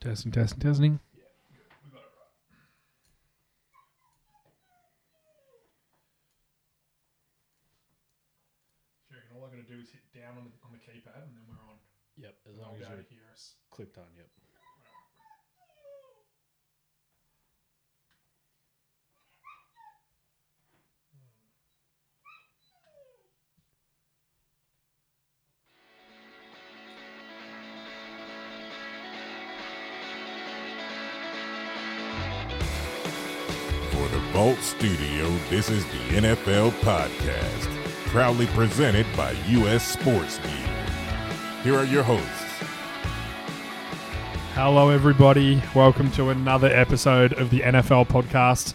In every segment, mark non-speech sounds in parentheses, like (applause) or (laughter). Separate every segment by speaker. Speaker 1: Testing, testing, testing.
Speaker 2: Sure, and all I'm going to do is hit down on the, on the keypad and then we're on.
Speaker 3: Yep, as
Speaker 2: I'll
Speaker 3: long
Speaker 2: be
Speaker 3: as
Speaker 2: able
Speaker 3: you're
Speaker 2: to hear us.
Speaker 3: clicked on. Yep.
Speaker 4: For the Vault Studio, this is the NFL Podcast, proudly presented by U.S. Sports News. Here are your hosts.
Speaker 2: Hello, everybody. Welcome to another episode of the NFL podcast.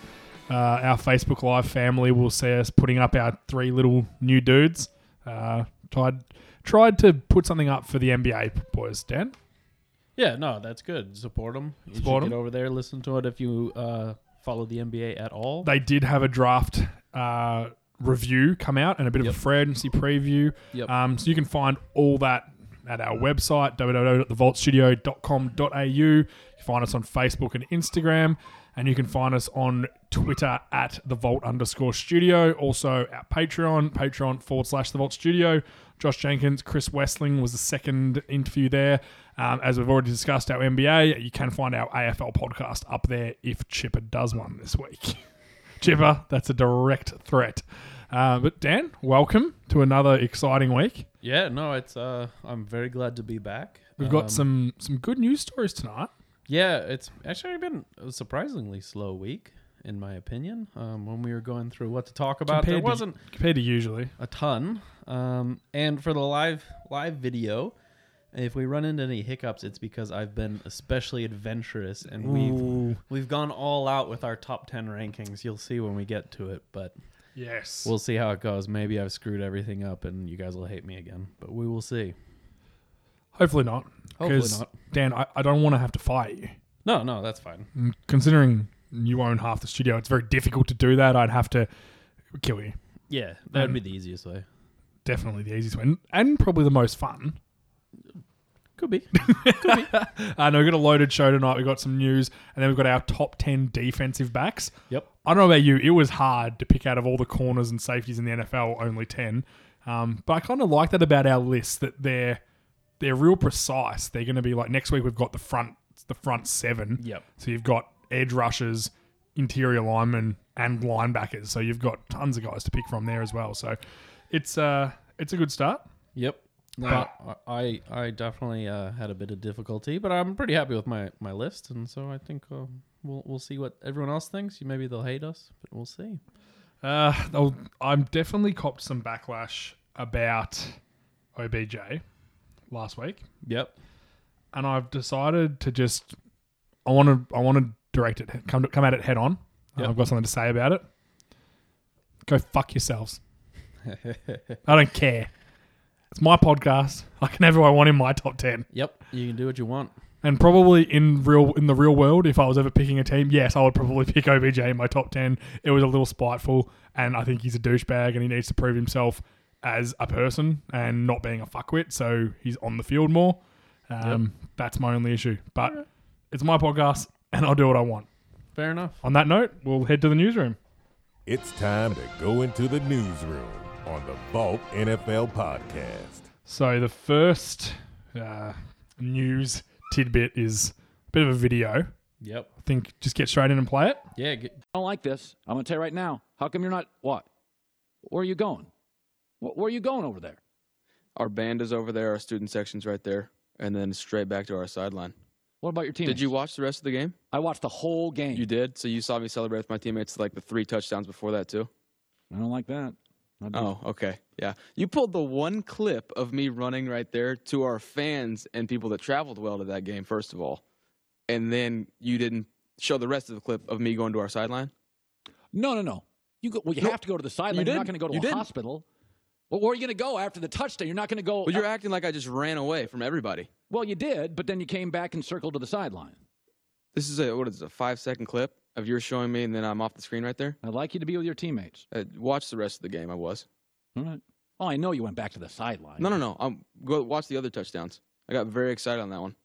Speaker 2: Uh, our Facebook Live family will see us putting up our three little new dudes. Uh, tried tried to put something up for the NBA boys, Dan.
Speaker 3: Yeah, no, that's good. Support them. You
Speaker 2: Support
Speaker 3: should
Speaker 2: 'em.
Speaker 3: Get over there, listen to it if you uh, follow the NBA at all.
Speaker 2: They did have a draft uh, review come out and a bit of
Speaker 3: Yep.
Speaker 2: a free agency preview.
Speaker 3: Yep.
Speaker 2: Um, so you can find all that at our website, www.thevaultstudio.com.au. You can find us on Facebook and Instagram, and you can find us on Twitter at the Vault underscore studio. Also, our Patreon, Patreon forward slash the Vault Studio. Josh Jenkins, Chris Westling was the second interview there. Um, as we've already discussed, our NBA, you can find our AFL podcast up there if Chipper does one this week. (laughs) Chipper, that's a direct threat. Uh, but Dan, welcome to another exciting week.
Speaker 3: yeah, no, it's. Uh, I'm very glad to be back.
Speaker 2: We've got
Speaker 3: Um,
Speaker 2: some some good news stories tonight.
Speaker 3: Yeah, it's actually been a surprisingly slow week, in my opinion. Um, when we were going through what to talk about, there
Speaker 2: Compared to-
Speaker 3: wasn't
Speaker 2: Compared to usually,
Speaker 3: a ton. Um, and for the live live video, if we run into any hiccups, it's because I've been especially adventurous and we've we've gone all out with our top ten rankings. You'll see when we get to it, but
Speaker 2: yes.
Speaker 3: we'll see how it goes. Maybe I've screwed everything up and you guys will hate me again, but we will see.
Speaker 2: hopefully not.
Speaker 3: Hopefully
Speaker 2: 'Cause,
Speaker 3: not.
Speaker 2: Dan, I, I don't want to have to fight you.
Speaker 3: No, no, that's fine.
Speaker 2: Mm, Considering you own half the studio, it's very difficult to do that. I'd have to kill you.
Speaker 3: Yeah, that'd
Speaker 2: Um,
Speaker 3: be the easiest way.
Speaker 2: Definitely the easiest one, and probably the most fun.
Speaker 3: Could be.
Speaker 2: Uh, no, we've got a loaded show tonight. We've got some news, and then we've got our top 10 defensive backs.
Speaker 3: Yep.
Speaker 2: I don't know about you. It was hard to pick out of all the corners and safeties in the NFL, only 10. Um, but I kind of like that about our list that they're they're real precise. They're going to be like next week we've got the front the front seven.
Speaker 3: Yep.
Speaker 2: So you've got edge rushers, interior linemen, and linebackers. So you've got tons of guys to pick from there as well. So it's uh it's a good start.
Speaker 3: Yep. No,
Speaker 2: But-
Speaker 3: I I definitely uh, had a bit of difficulty, but I'm pretty happy with my, my list, and so I think uh, we'll we'll see what everyone else thinks. Maybe they'll hate us, but we'll see.
Speaker 2: Uh, I'll- I'm definitely copped some backlash about OBJ last week.
Speaker 3: Yep.
Speaker 2: and I've decided to just I want to I want to direct it come come at it head on.
Speaker 3: Yep.
Speaker 2: I've got something to say about it. Go fuck yourselves. I don't care. It's my podcast. I can have who I want in my top ten,
Speaker 3: Yep. You can do what you want.
Speaker 2: and probably in real in the real world, if I was ever picking a team, yes, I would probably (laughs) pick OBJ in my top ten. It was a little spiteful, and I think he's a douchebag, and he needs to prove himself as a person and not being a fuckwit. So he's on the field more. Um, That's my only issue, but it's my podcast, and I'll do what I want.
Speaker 3: Fair enough.
Speaker 2: On that note, we'll head to the newsroom.
Speaker 4: It's time to go into the newsroom on the Vault NFL Podcast.
Speaker 2: So the first uh, news tidbit is a bit of a video.
Speaker 3: Yep.
Speaker 2: I think just get straight in and play it.
Speaker 3: Yeah. Get,
Speaker 5: I don't like this. I'm going to tell you right now. How come you're not what? Where are you going? Wh- Where are you going over there?
Speaker 6: Our band is over there. Our student section's right there, and then straight back to our sideline.
Speaker 5: What about your team?
Speaker 6: Did you watch the rest of the game?
Speaker 5: I watched the whole game.
Speaker 6: You did. So you saw me celebrate with my teammates like the three touchdowns before that too.
Speaker 5: I don't like that. I do.
Speaker 6: Oh, okay, yeah. You pulled the one clip of me running right there to our fans and people that traveled well to that game. First of all, and then you didn't show the rest of the clip of me going to our sideline.
Speaker 5: No, no, no. You go, well, you
Speaker 6: No,
Speaker 5: have to go to the sideline.
Speaker 6: you
Speaker 5: are not going to
Speaker 6: didn't.
Speaker 5: go to
Speaker 6: You
Speaker 5: a
Speaker 6: didn't.
Speaker 5: hospital. Well, where are you going to go after the touchdown? You're not going to go.
Speaker 6: But you're acting like I just ran away from everybody.
Speaker 5: well, you did, but then you came back and circled to the sideline.
Speaker 6: This is a what is it, a five second clip of you're showing me, and then I'm off the screen right there.
Speaker 5: I'd like you to be with your teammates.
Speaker 6: Uh, watch the rest of the game. I was.
Speaker 5: All right. Oh, I know you went back to the sideline.
Speaker 6: No, no, no. Um, go watch the other touchdowns. I got very excited on that one.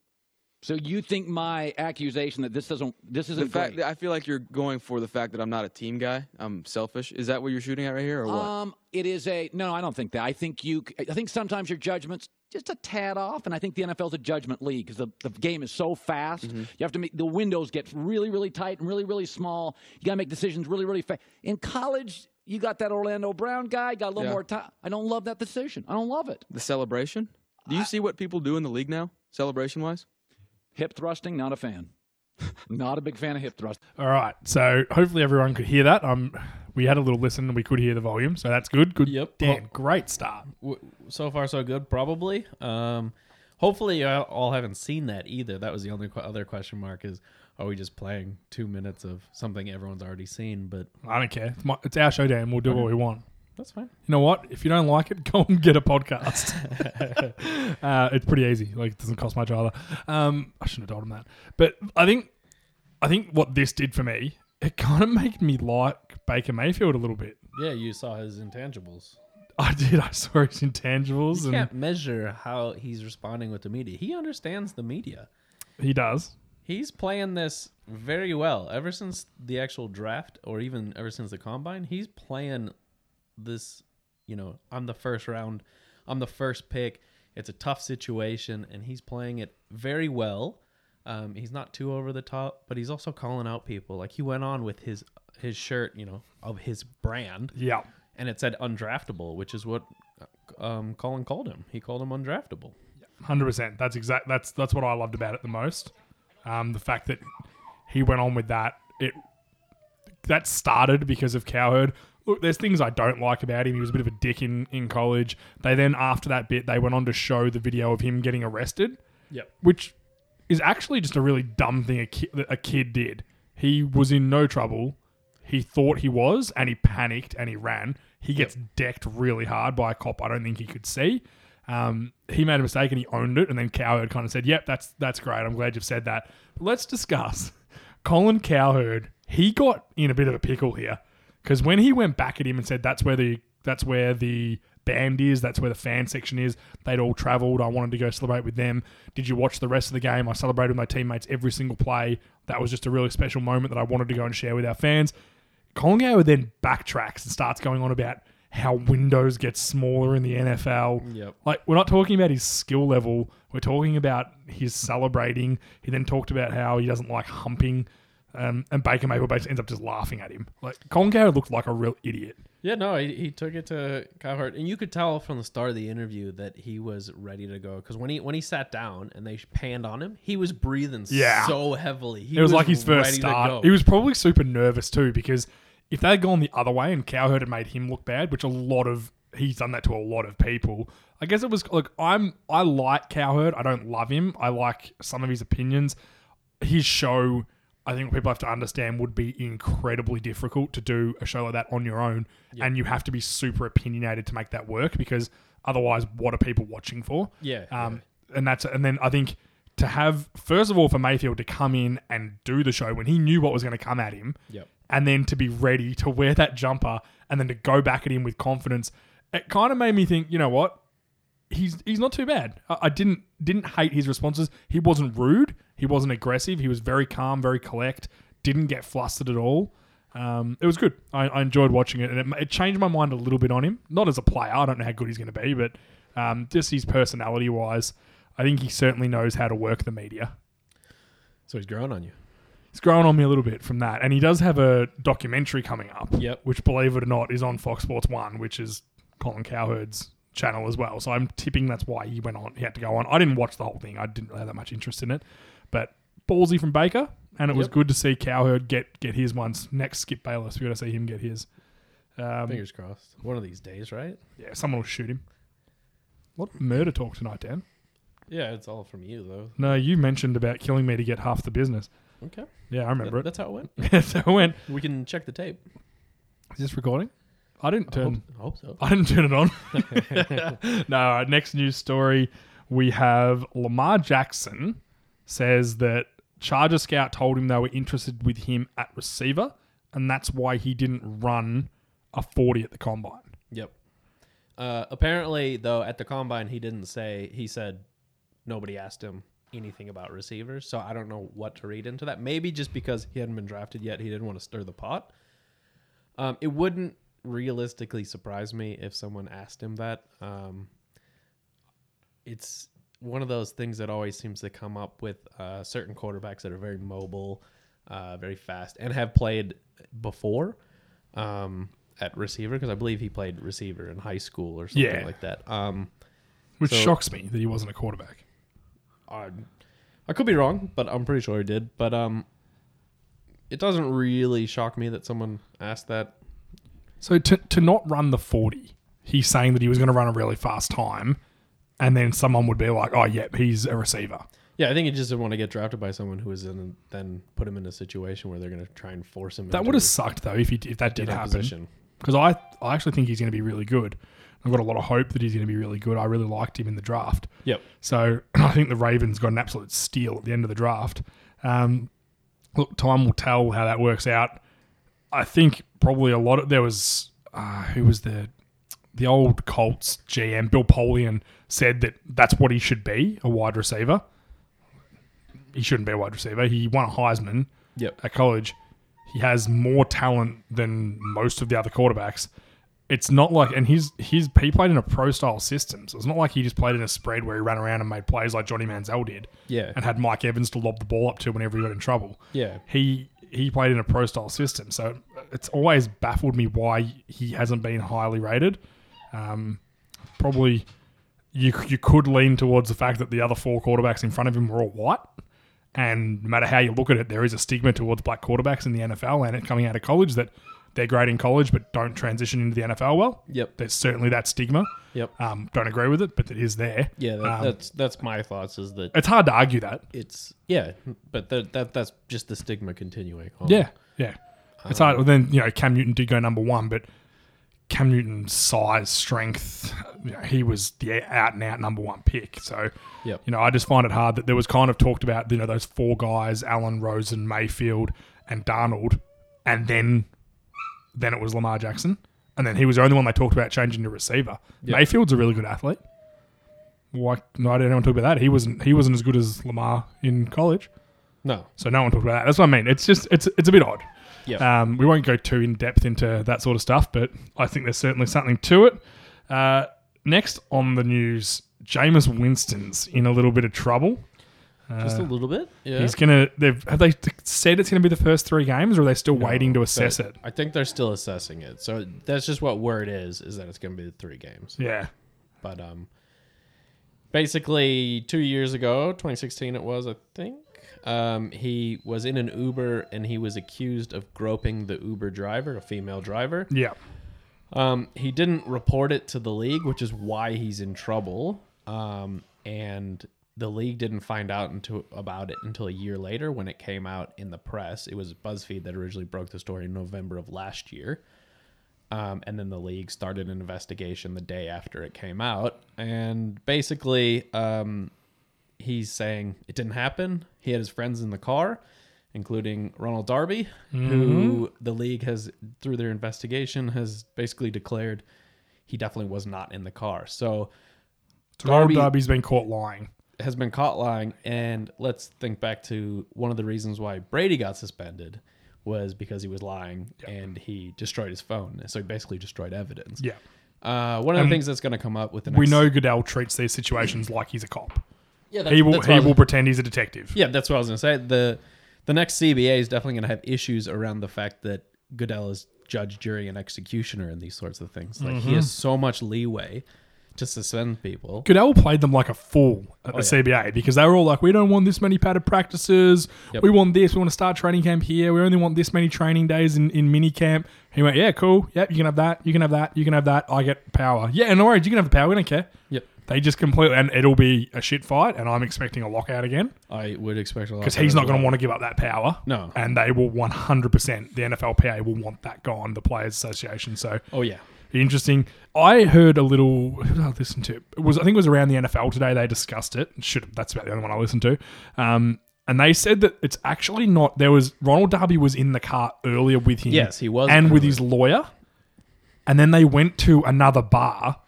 Speaker 5: So you think my accusation that this doesn't this
Speaker 6: The
Speaker 5: isn't
Speaker 6: fact
Speaker 5: great?
Speaker 6: that I feel like you're going for the fact that I'm not a team guy. I'm selfish. Is that what you're shooting at right here, or what?
Speaker 5: um, it is a no. I don't think that. I think you. c- I think sometimes your judgments just a tad off, and I think the NFL's a judgment league because the, the game is so fast.
Speaker 6: Mm-hmm.
Speaker 5: You have to make the windows get really really tight and really really small. You got to make decisions really really fast. In college, you got that Orlando Brown guy. Got a little
Speaker 6: Yeah.
Speaker 5: more time. I don't love that decision. I don't love it.
Speaker 6: the celebration? Do you see what people do in the league now, celebration wise?
Speaker 5: Hip thrusting, not a fan. (laughs) not a big fan of hip thrust.
Speaker 2: All right. So hopefully everyone could hear that. Um, we had a little listen and we could hear the volume, so that's good. Good.
Speaker 3: Yep.
Speaker 2: Dan, great start.
Speaker 3: W- so far, so good. Probably. Um, hopefully, you all haven't seen that either. That was the only qu- other question mark: is are we just playing two minutes of something everyone's already seen? But
Speaker 2: I don't care. It's, my, it's our show, Dan. We'll do what we want.
Speaker 3: that's fine.
Speaker 2: You know what? If you don't like it, (laughs) go and get a
Speaker 3: (laughs)
Speaker 2: podcast. uh, it's pretty easy. Like it doesn't cost much either. Um, I shouldn't have told him that. But I think, I think what this did for me, it kind of made me like Baker Mayfield a little bit.
Speaker 3: Yeah, you saw his intangibles.
Speaker 2: I did. I saw his (laughs) intangibles,
Speaker 3: You
Speaker 2: and
Speaker 3: can't measure how he's responding with the media. He understands the media.
Speaker 2: he does.
Speaker 3: He's playing this very well. Ever since the actual draft, or even ever since the combine, he's playing this. You know, I'm the first round. I'm the first pick. It's a tough situation, and he's playing it very well. Um, he's not too over the top, but he's also calling out people. Like he went on with his his shirt, you know, of his brand
Speaker 2: Yeah.
Speaker 3: and it said undraftable, which is what um, Colin called him. He called him undraftable.
Speaker 2: Hundred percent. That's exact. That's that's what I loved about it the most. Um, the fact that he went on with that. It that started because of Cowherd. Look, there's things I don't like about him. He was a bit of a dick in in college. They then after that bit, they went on to show the video of him getting arrested,
Speaker 3: Yep.
Speaker 2: which is actually just a really dumb thing a kid that a kid did. He was in no trouble. He thought he was, and he panicked and he ran. He gets decked really hard by a cop. I don't think he could see. Um, he made a mistake and he owned it. And then Cowherd kind of said, "Yep, that's that's great. I'm glad you've said that." But let's discuss (laughs) Colin Cowherd. He got in a bit of a pickle here because when he went back at him and said, "That's where the that's where the band is. That's where the fan section is. They'd all travelled. I wanted to go celebrate with them. Did you watch the rest of the game? I celebrated with my teammates every single play. That was just a really special moment that I wanted to go and share with our fans." Kongo then backtracks and starts going on about how windows get smaller in the NFL.
Speaker 3: Yep.
Speaker 2: Like we're not talking about his skill level. We're talking about his celebrating. He then talked about how he doesn't like humping. Um, and Baker Mayfield basically ends up just laughing at him. Like Kongo looked like a real idiot.
Speaker 3: Yeah, no, he, he took it to Cowherd, and you could tell from the start of the interview that he was ready to go. Because when he when he sat down and they panned on him, he was breathing
Speaker 2: Yeah.
Speaker 3: so heavily. He
Speaker 2: It was, like his first
Speaker 3: ready to go.
Speaker 2: start. He was probably super nervous too because if they had gone the other way and Cowherd had made him look bad, which a lot of he's done that to a lot of people. I guess it was look. I'm I like Cowherd. I don't love him. I like some of his opinions. His show, I think people have to understand, would be incredibly difficult to do a show like that on your own, and you have to be super opinionated to make that work because otherwise, what are people watching for?
Speaker 3: Yeah,
Speaker 2: Um, and that's and then I think to have first of all for Mayfield to come in and do the show when he knew what was going to come at him,
Speaker 3: Yep.
Speaker 2: and then to be ready to wear that jumper and then to go back at him with confidence, it kind of made me think, you know what, he's he's not too bad. I, I didn't didn't hate his responses. He wasn't rude. He wasn't aggressive. He was very calm, very collect. Didn't get flustered at all. Um, it was good. I, I enjoyed watching it, and it, ma- it changed my mind a little bit on him. Not as a player. I don't know how good he's going to be, but um, just his personality wise, I think he certainly knows how to work the media.
Speaker 3: so he's growing on you.
Speaker 2: It's growing on me a little bit from that, and he does have a documentary coming up.
Speaker 3: Yep.
Speaker 2: Which, believe it or not, is on Fox Sports One, which is Colin Cowherd's channel as well. So I'm tipping that's why he went on. He had to go on. I didn't watch the whole thing. I didn't really have that much interest in it, but ballsy from Baker, and it was
Speaker 3: Yep.
Speaker 2: good to see Cowherd get get his once. Next, Skip Bayless, we got to see him get his. Um,
Speaker 3: Fingers crossed. One of these days, right?
Speaker 2: yeah, someone will shoot him. What murder talk tonight, Dan?
Speaker 3: Yeah, it's all from you though.
Speaker 2: No, you mentioned about killing me to get half the business.
Speaker 3: Okay,
Speaker 2: Yeah, I remember
Speaker 3: That- (laughs) that's how it went.
Speaker 2: it. (laughs) so when
Speaker 3: We can check the tape.
Speaker 2: is this recording? I didn't
Speaker 3: I
Speaker 2: turn.
Speaker 3: hope, I
Speaker 2: (laughs)
Speaker 3: hope so.
Speaker 2: I didn't turn it on. (laughs) no, our next news story we have Lamar Jackson says that Charger Scout told him they were interested with him at receiver, and that's why he didn't run a 40 at the combine.
Speaker 3: Yep. Uh, apparently, though, at the combine, he didn't say. He said nobody asked him. anything about receivers, so I don't know what to read into that. Maybe just because he hadn't been drafted yet, he didn't want to stir the pot. Um, it wouldn't realistically surprise me if someone asked him that. Um, it's one of those things that always seems to come up with uh, certain quarterbacks that are very mobile, uh, very fast, and have played before um, at receiver because I believe he played receiver in high school or something
Speaker 2: Yeah.
Speaker 3: like that. Um,
Speaker 2: Which
Speaker 3: So-
Speaker 2: shocks me that he wasn't a quarterback.
Speaker 3: I, I could be wrong, but I'm pretty sure he did. But um, it doesn't really shock me that someone asked that.
Speaker 2: So to, to not run the 40, he's saying that he was going to run a really fast time, and then someone would be like, oh, yep, he's a receiver.
Speaker 3: Yeah, I think he just didn't want to get drafted by someone who was in, then put him in a situation where they're going to try and force him.
Speaker 2: That
Speaker 3: into
Speaker 2: would have sucked, though, if, he, if that did
Speaker 3: that
Speaker 2: happen. Because I, I actually think he's going to be really good. I've got a lot of hope that he's going to be really good. I really liked him in the draft.
Speaker 3: Yep.
Speaker 2: So (clears throat) I think the Ravens got an absolute steal at the end of the draft. Um, look, time will tell how that works out. I think probably a lot of there was uh, who was the the old Colts GM Bill Polian said that that's what he should be a wide receiver. He shouldn't be a wide receiver. He won a Heisman
Speaker 3: Yep.
Speaker 2: at college. He has more talent than most of the other quarterbacks. It's not like, and he's he's he played in a pro style system, so it's not like he just played in a spread where he ran around and made plays like Johnny Manziel did,
Speaker 3: Yeah.
Speaker 2: and had Mike Evans to lob the ball up to whenever he got in trouble.
Speaker 3: Yeah.
Speaker 2: he he played in a pro style system, so it's always baffled me why he hasn't been highly rated. Um, probably you you could lean towards the fact that the other four quarterbacks in front of him were all white. And no matter how you look at it, there is a stigma towards black quarterbacks in the NFL and it coming out of college that they're great in college but don't transition into the NFL well.
Speaker 3: Yep.
Speaker 2: There's certainly that stigma.
Speaker 3: Yep.
Speaker 2: Um, don't agree with it, but it is there.
Speaker 3: Yeah, that,
Speaker 2: Um,
Speaker 3: that's that's my thoughts. Is that
Speaker 2: it's hard to argue that.
Speaker 3: it's yeah, but that that that's just the stigma continuing. on.
Speaker 2: Yeah, yeah. It's hard. Well, then you know Cam Newton did go number one, but Cam Newton's size, strength, you know, he was the out and out number one pick. So,
Speaker 3: Yep.
Speaker 2: you know, I just find it hard that there was kind of talked about you know those four guys: Allen, Rosen, Mayfield, and Darnold, and then then it was Lamar Jackson, and then he was the only one they talked about changing to receiver. Mayfield's a really good athlete. Why? No, I didn't want to talk about that. He wasn't. He wasn't as good as Lamar in college.
Speaker 3: No.
Speaker 2: So no one talked about that. That's what I mean. It's just it's it's a bit odd.
Speaker 3: Yeah.
Speaker 2: Um, we won't go too in depth into that sort of stuff, but I think there's certainly something to it. Uh, next on the news, Jameis Winston's in a little bit of trouble.
Speaker 3: just a little bit. Yeah.
Speaker 2: He's gonna. They've have they said it's gonna be the first three games, or are they still waiting to assess
Speaker 3: But
Speaker 2: it?
Speaker 3: I think they're still assessing it. So that's just what word is is that it's going to be the three games.
Speaker 2: Yeah.
Speaker 3: But um, basically, two years ago, 2016 it was, I think. Um, he was in an Uber and he was accused of groping the Uber driver, a female driver.
Speaker 2: Yeah.
Speaker 3: Um, he didn't report it to the league, which is why he's in trouble. Um, and the league didn't find out until, about it until a year later when it came out in the press. It was BuzzFeed that originally broke the story in November of last year. Um, and then the league started an investigation the day after it came out. And basically, um, he's saying it didn't happen. He had his friends in the car, including Ronald Darby, who
Speaker 2: Mm-hmm.
Speaker 3: the league has, through their investigation, has basically declared he definitely was not in the car. So
Speaker 2: So Ronald
Speaker 3: Darby-
Speaker 2: Darby's been caught lying.
Speaker 3: has been caught lying. And let's think back to one of the reasons why Brady got suspended was because he was lying and he destroyed his phone. So he basically destroyed evidence.
Speaker 2: Yeah.
Speaker 3: Uh, one of the things that's going to come up with the next
Speaker 2: We know Goodell treats these situations like he's a cop.
Speaker 3: yeah,
Speaker 2: He will he will pretend he's a detective.
Speaker 3: Yeah, that's what I was gonna say. The the next CBA is definitely gonna have issues around the fact that Goodell is judge, jury, and executioner in these sorts of things. Like he
Speaker 2: Mm-hmm.
Speaker 3: has so much leeway to suspend people.
Speaker 2: Goodell played them like a fool at the
Speaker 3: Oh, yeah.
Speaker 2: CBA because they were all like, "We don't want this many padded practices.
Speaker 3: Yep.
Speaker 2: We want this. We want to start training camp here. We only want this many training days in, in mini camp." He went, "Yeah, cool. Yep, you can have that. You can have that. You can have that. I get power. Yeah, no worries. You can have the power. We don't care."
Speaker 3: Yep.
Speaker 2: They just completely, and it'll be a shit fight. And I'm expecting a lockout again
Speaker 3: I would expect a lot
Speaker 2: because
Speaker 3: of
Speaker 2: he's
Speaker 3: that
Speaker 2: not
Speaker 3: as
Speaker 2: going to
Speaker 3: well.
Speaker 2: want to give up that power.
Speaker 3: No.
Speaker 2: And they will 100%. The NFLPA will want that gone. The Players Association. So
Speaker 3: Oh yeah,
Speaker 2: Interesting. I heard a little. Who did I listen to? It was I think it was around the NFL today. They discussed it. Should that's about the only one I listened to. Um, and they said that it's actually not. There was Ronald Darby was in the car earlier with him.
Speaker 3: Yes, he was
Speaker 2: and with
Speaker 3: earlier.
Speaker 2: his lawyer. And then they went to another bar,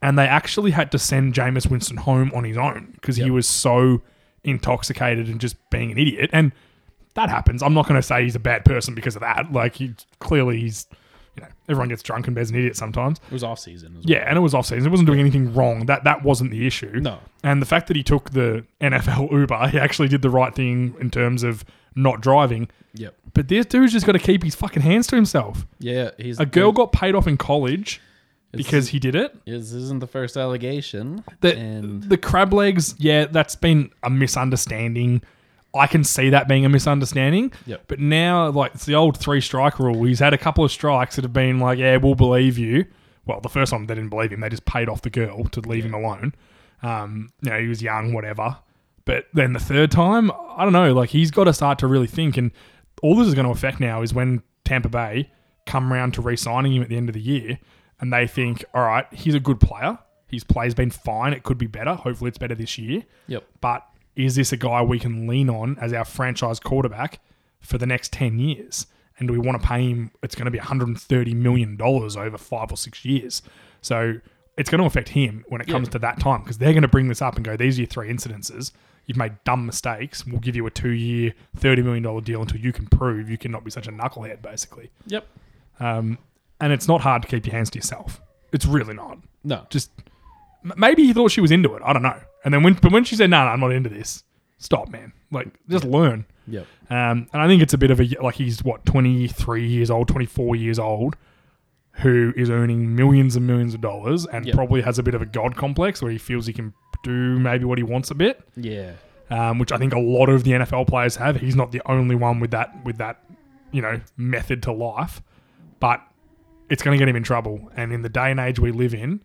Speaker 2: and they actually had to send Jameis Winston home on his own because he was so intoxicated and just being an idiot. And that happens. I'm not going to say he's a bad person because of that. Like, he, clearly he's, you know, everyone gets drunk and bears an idiot sometimes.
Speaker 3: It was off season. As well.
Speaker 2: Yeah, and it was off season. It wasn't doing anything wrong. That that wasn't the issue.
Speaker 3: No.
Speaker 2: And the fact that he took the NFL Uber, he actually did the right thing in terms of not driving.
Speaker 3: Yep.
Speaker 2: But this dude's just got to keep his fucking hands to himself.
Speaker 3: Yeah. He's
Speaker 2: A girl got paid off in college because he did it.
Speaker 3: This isn't the first allegation.
Speaker 2: The,
Speaker 3: and
Speaker 2: the crab legs, yeah, that's been a misunderstanding. I can see that being a misunderstanding.
Speaker 3: Yep.
Speaker 2: But now, like, it's the old three strike rule. He's had a couple of strikes that have been like, yeah, we'll believe you. Well, the first time they didn't believe him, they just paid off the girl to leave him alone. Um, you know, he was young, whatever. But then the third time, I don't know, like, he's got to start to really think. And all this is going to affect now is when Tampa Bay come round to re signing him at the end of the year and they think, all right, he's a good player. His play's been fine. It could be better. Hopefully, it's better this year
Speaker 3: yep.
Speaker 2: but is this a guy we can lean on as our franchise quarterback for the next 10 years? And do we want to pay him? It's going to be $130 million over five or six years. So it's going to affect him when it comes to that time because they're going to bring this up and go, these are your three incidences. You've made dumb mistakes. We'll give you a two year, $30 million deal until you can prove you cannot be such a knucklehead, basically.
Speaker 3: Yep.
Speaker 2: Um, and it's not hard to keep your hands to yourself. It's really not
Speaker 3: No.
Speaker 2: just m- maybe he thought she was into it. I don't know. And then when but when she said, "No, no, I'm not into this," stop, man. Like just learn.
Speaker 3: Yep.
Speaker 2: Um, and I think it's a bit of a like he's what 23 years old, 24 years old, who is earning millions and millions of dollars and
Speaker 3: Yep.
Speaker 2: probably has a bit of a god complex where he feels he can do maybe what he wants a bit,
Speaker 3: Yeah.
Speaker 2: um, which I think a lot of the NFL players have. He's not the only one with that with that you know method to life, but it's going to get him in trouble. And in the day and age we live in,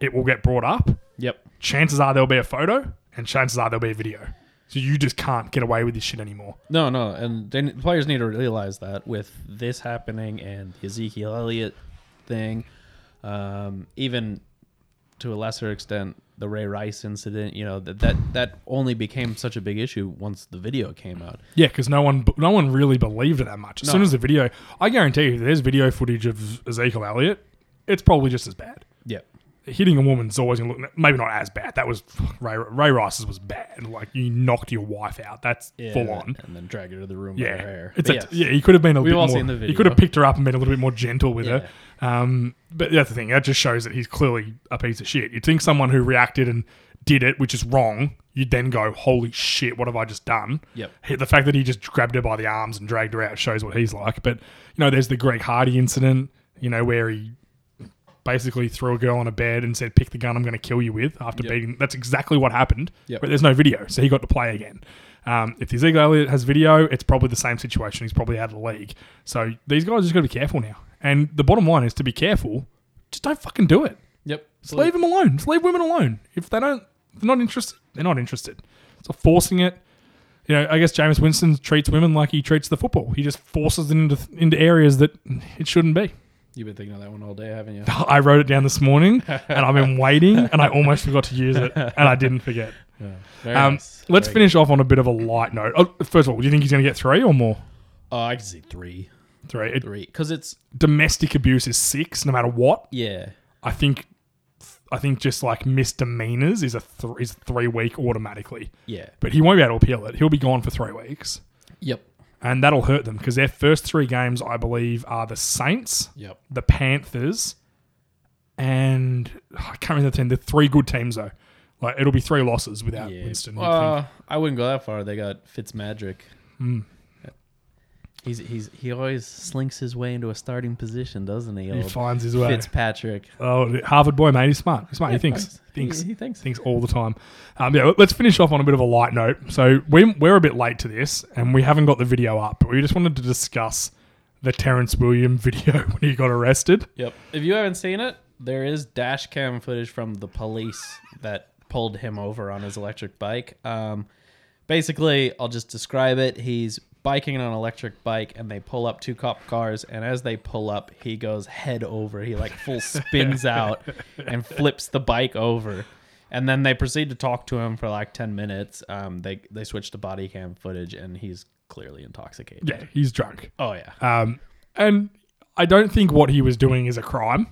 Speaker 2: it will get brought up
Speaker 3: Yep.
Speaker 2: chances are there'll be a photo and chances are there'll be a video. So you just can't get away with this shit anymore.
Speaker 3: No, no, and they, the players need to realize that with this happening and the Ezekiel Elliott thing, um, even to a lesser extent, the Ray Rice incident. You know that that that only became such a big issue once the video came out.
Speaker 2: Yeah, because no one no one really believed it that much. As soon
Speaker 3: No.
Speaker 2: as the video, I guarantee you, if there's video footage of Ezekiel Elliott. It's probably just as bad.
Speaker 3: Yep.
Speaker 2: Hitting a woman's always gonna look maybe not as bad. That was Ray Ray Rice's was bad. Like you knocked your wife out. That's full on.
Speaker 3: and then drag her to the room
Speaker 2: Yeah,
Speaker 3: by her hair.
Speaker 2: It's
Speaker 3: But
Speaker 2: a,
Speaker 3: yes.
Speaker 2: yeah. He could have been a
Speaker 3: We've
Speaker 2: bit
Speaker 3: all
Speaker 2: more.
Speaker 3: seen the
Speaker 2: He could have
Speaker 3: video.
Speaker 2: picked her up and been a little bit more gentle with her. Um, but that's the thing. That just shows that he's clearly a piece of shit. You'd think someone who reacted and did it, which is wrong, you'd then go, "Holy shit, what have I just done?"
Speaker 3: Yep.
Speaker 2: He- The fact that he just grabbed her by the arms and dragged her out shows what he's like. But you know, there's the Greg Hardy incident. You know, where he basically threw a girl on a bed and said, "Pick the gun I'm going to kill you with." After beating, that's exactly what happened.
Speaker 3: Yep.
Speaker 2: But there's no video, so he got to play again. Um, if the Ezekiel Elliott has video, it's probably the same situation. He's probably out of the league. So these guys just got to be careful now. And the bottom line is to be careful. Just don't fucking do it.
Speaker 3: Yep.
Speaker 2: Just leave them alone. Just leave women alone. If they don't, if they're not interested. They're not interested. So forcing it. You know, I guess James Winston treats women like he treats the football. He just forces them into into areas that it shouldn't be.
Speaker 3: You've been thinking of that one all day, haven't
Speaker 2: (laughs)
Speaker 3: you?
Speaker 2: I wrote it down this morning and I've been waiting and I almost forgot to use it and I didn't forget.
Speaker 3: (laughs) Very
Speaker 2: Um,
Speaker 3: nice.
Speaker 2: let's
Speaker 3: Very
Speaker 2: finish off on a bit of a light note. Oh, first of all, do you think he's going to get three or more?
Speaker 3: good. Oh, I can see three,
Speaker 2: Three. It-
Speaker 3: three, because it's
Speaker 2: domestic abuse is six, no matter what.
Speaker 3: yeah,
Speaker 2: I think, I think just like misdemeanors is a th- is three week automatically,
Speaker 3: yeah,
Speaker 2: but he won't be able to appeal it. He'll be gone for three weeks,
Speaker 3: yep,
Speaker 2: and that'll hurt them because their first three games, I believe, are the Saints,
Speaker 3: yep,
Speaker 2: the Panthers, and I can't remember the team. They're three good teams though. Like it'll be three losses without
Speaker 3: yeah.
Speaker 2: Winston. you'd think. Hmm.
Speaker 3: Uh, I wouldn't go that far. They got Fitzmagic. He's he's he always slinks his way into a starting position, doesn't he?
Speaker 2: He
Speaker 3: old
Speaker 2: finds his way.
Speaker 3: Fitzpatrick.
Speaker 2: Oh, Harvard boy, mate. He's smart. He's smart. he thinks. Thinks.
Speaker 3: He, he thinks.
Speaker 2: Thinks all the time. Um, yeah, let's finish off on a bit of a light note. So we, we're a bit late to this, and we haven't got the video up, but we just wanted to discuss the Terrence William (laughs) video when he got arrested.
Speaker 3: Yep. If you haven't seen it, there is dash cam footage from the police that pulled him over on his electric bike. Um, basically, I'll just describe it. He's biking on an electric bike, and they pull up two cop cars. And as they pull up, he goes head over. He like
Speaker 2: (laughs)
Speaker 3: full spins out and flips the bike over. And then they proceed to talk to him for like ten minutes. Um, they they switch to body cam footage, and he's clearly intoxicated.
Speaker 2: Yeah, Uh, he's drunk.
Speaker 3: Oh yeah.
Speaker 2: Um, and I don't think what he was doing is a crime.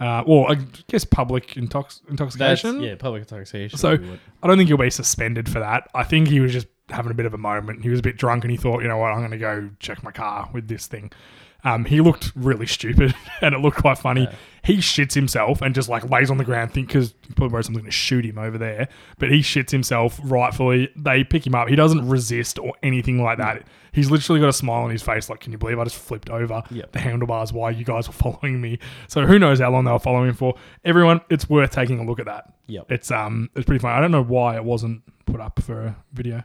Speaker 2: uh, or I guess public intox-
Speaker 3: That's,
Speaker 2: intoxication.
Speaker 3: yeah, public intoxication.
Speaker 2: So
Speaker 3: would be what-
Speaker 2: I don't think he'll be suspended for that. I think he was just having a bit of a moment. He was a bit drunk and he thought, you know what, I'm going to go check my car with this thing. Um, he looked really stupid (laughs) and it looked quite funny. He shits himself and just like lays on the ground, think because probably wrote something to shoot him over there. But he shits himself rightfully. They pick him up. He doesn't resist or anything like that. He's literally got a smile on his face, like, can you believe I just flipped over
Speaker 3: Yep.
Speaker 2: the handlebars while you guys (laughs) were following me? So who knows how long they were following him for? Everyone, it's worth taking a look at that.
Speaker 3: Yep.
Speaker 2: It's um, it's pretty funny. I don't know why it wasn't put up for a video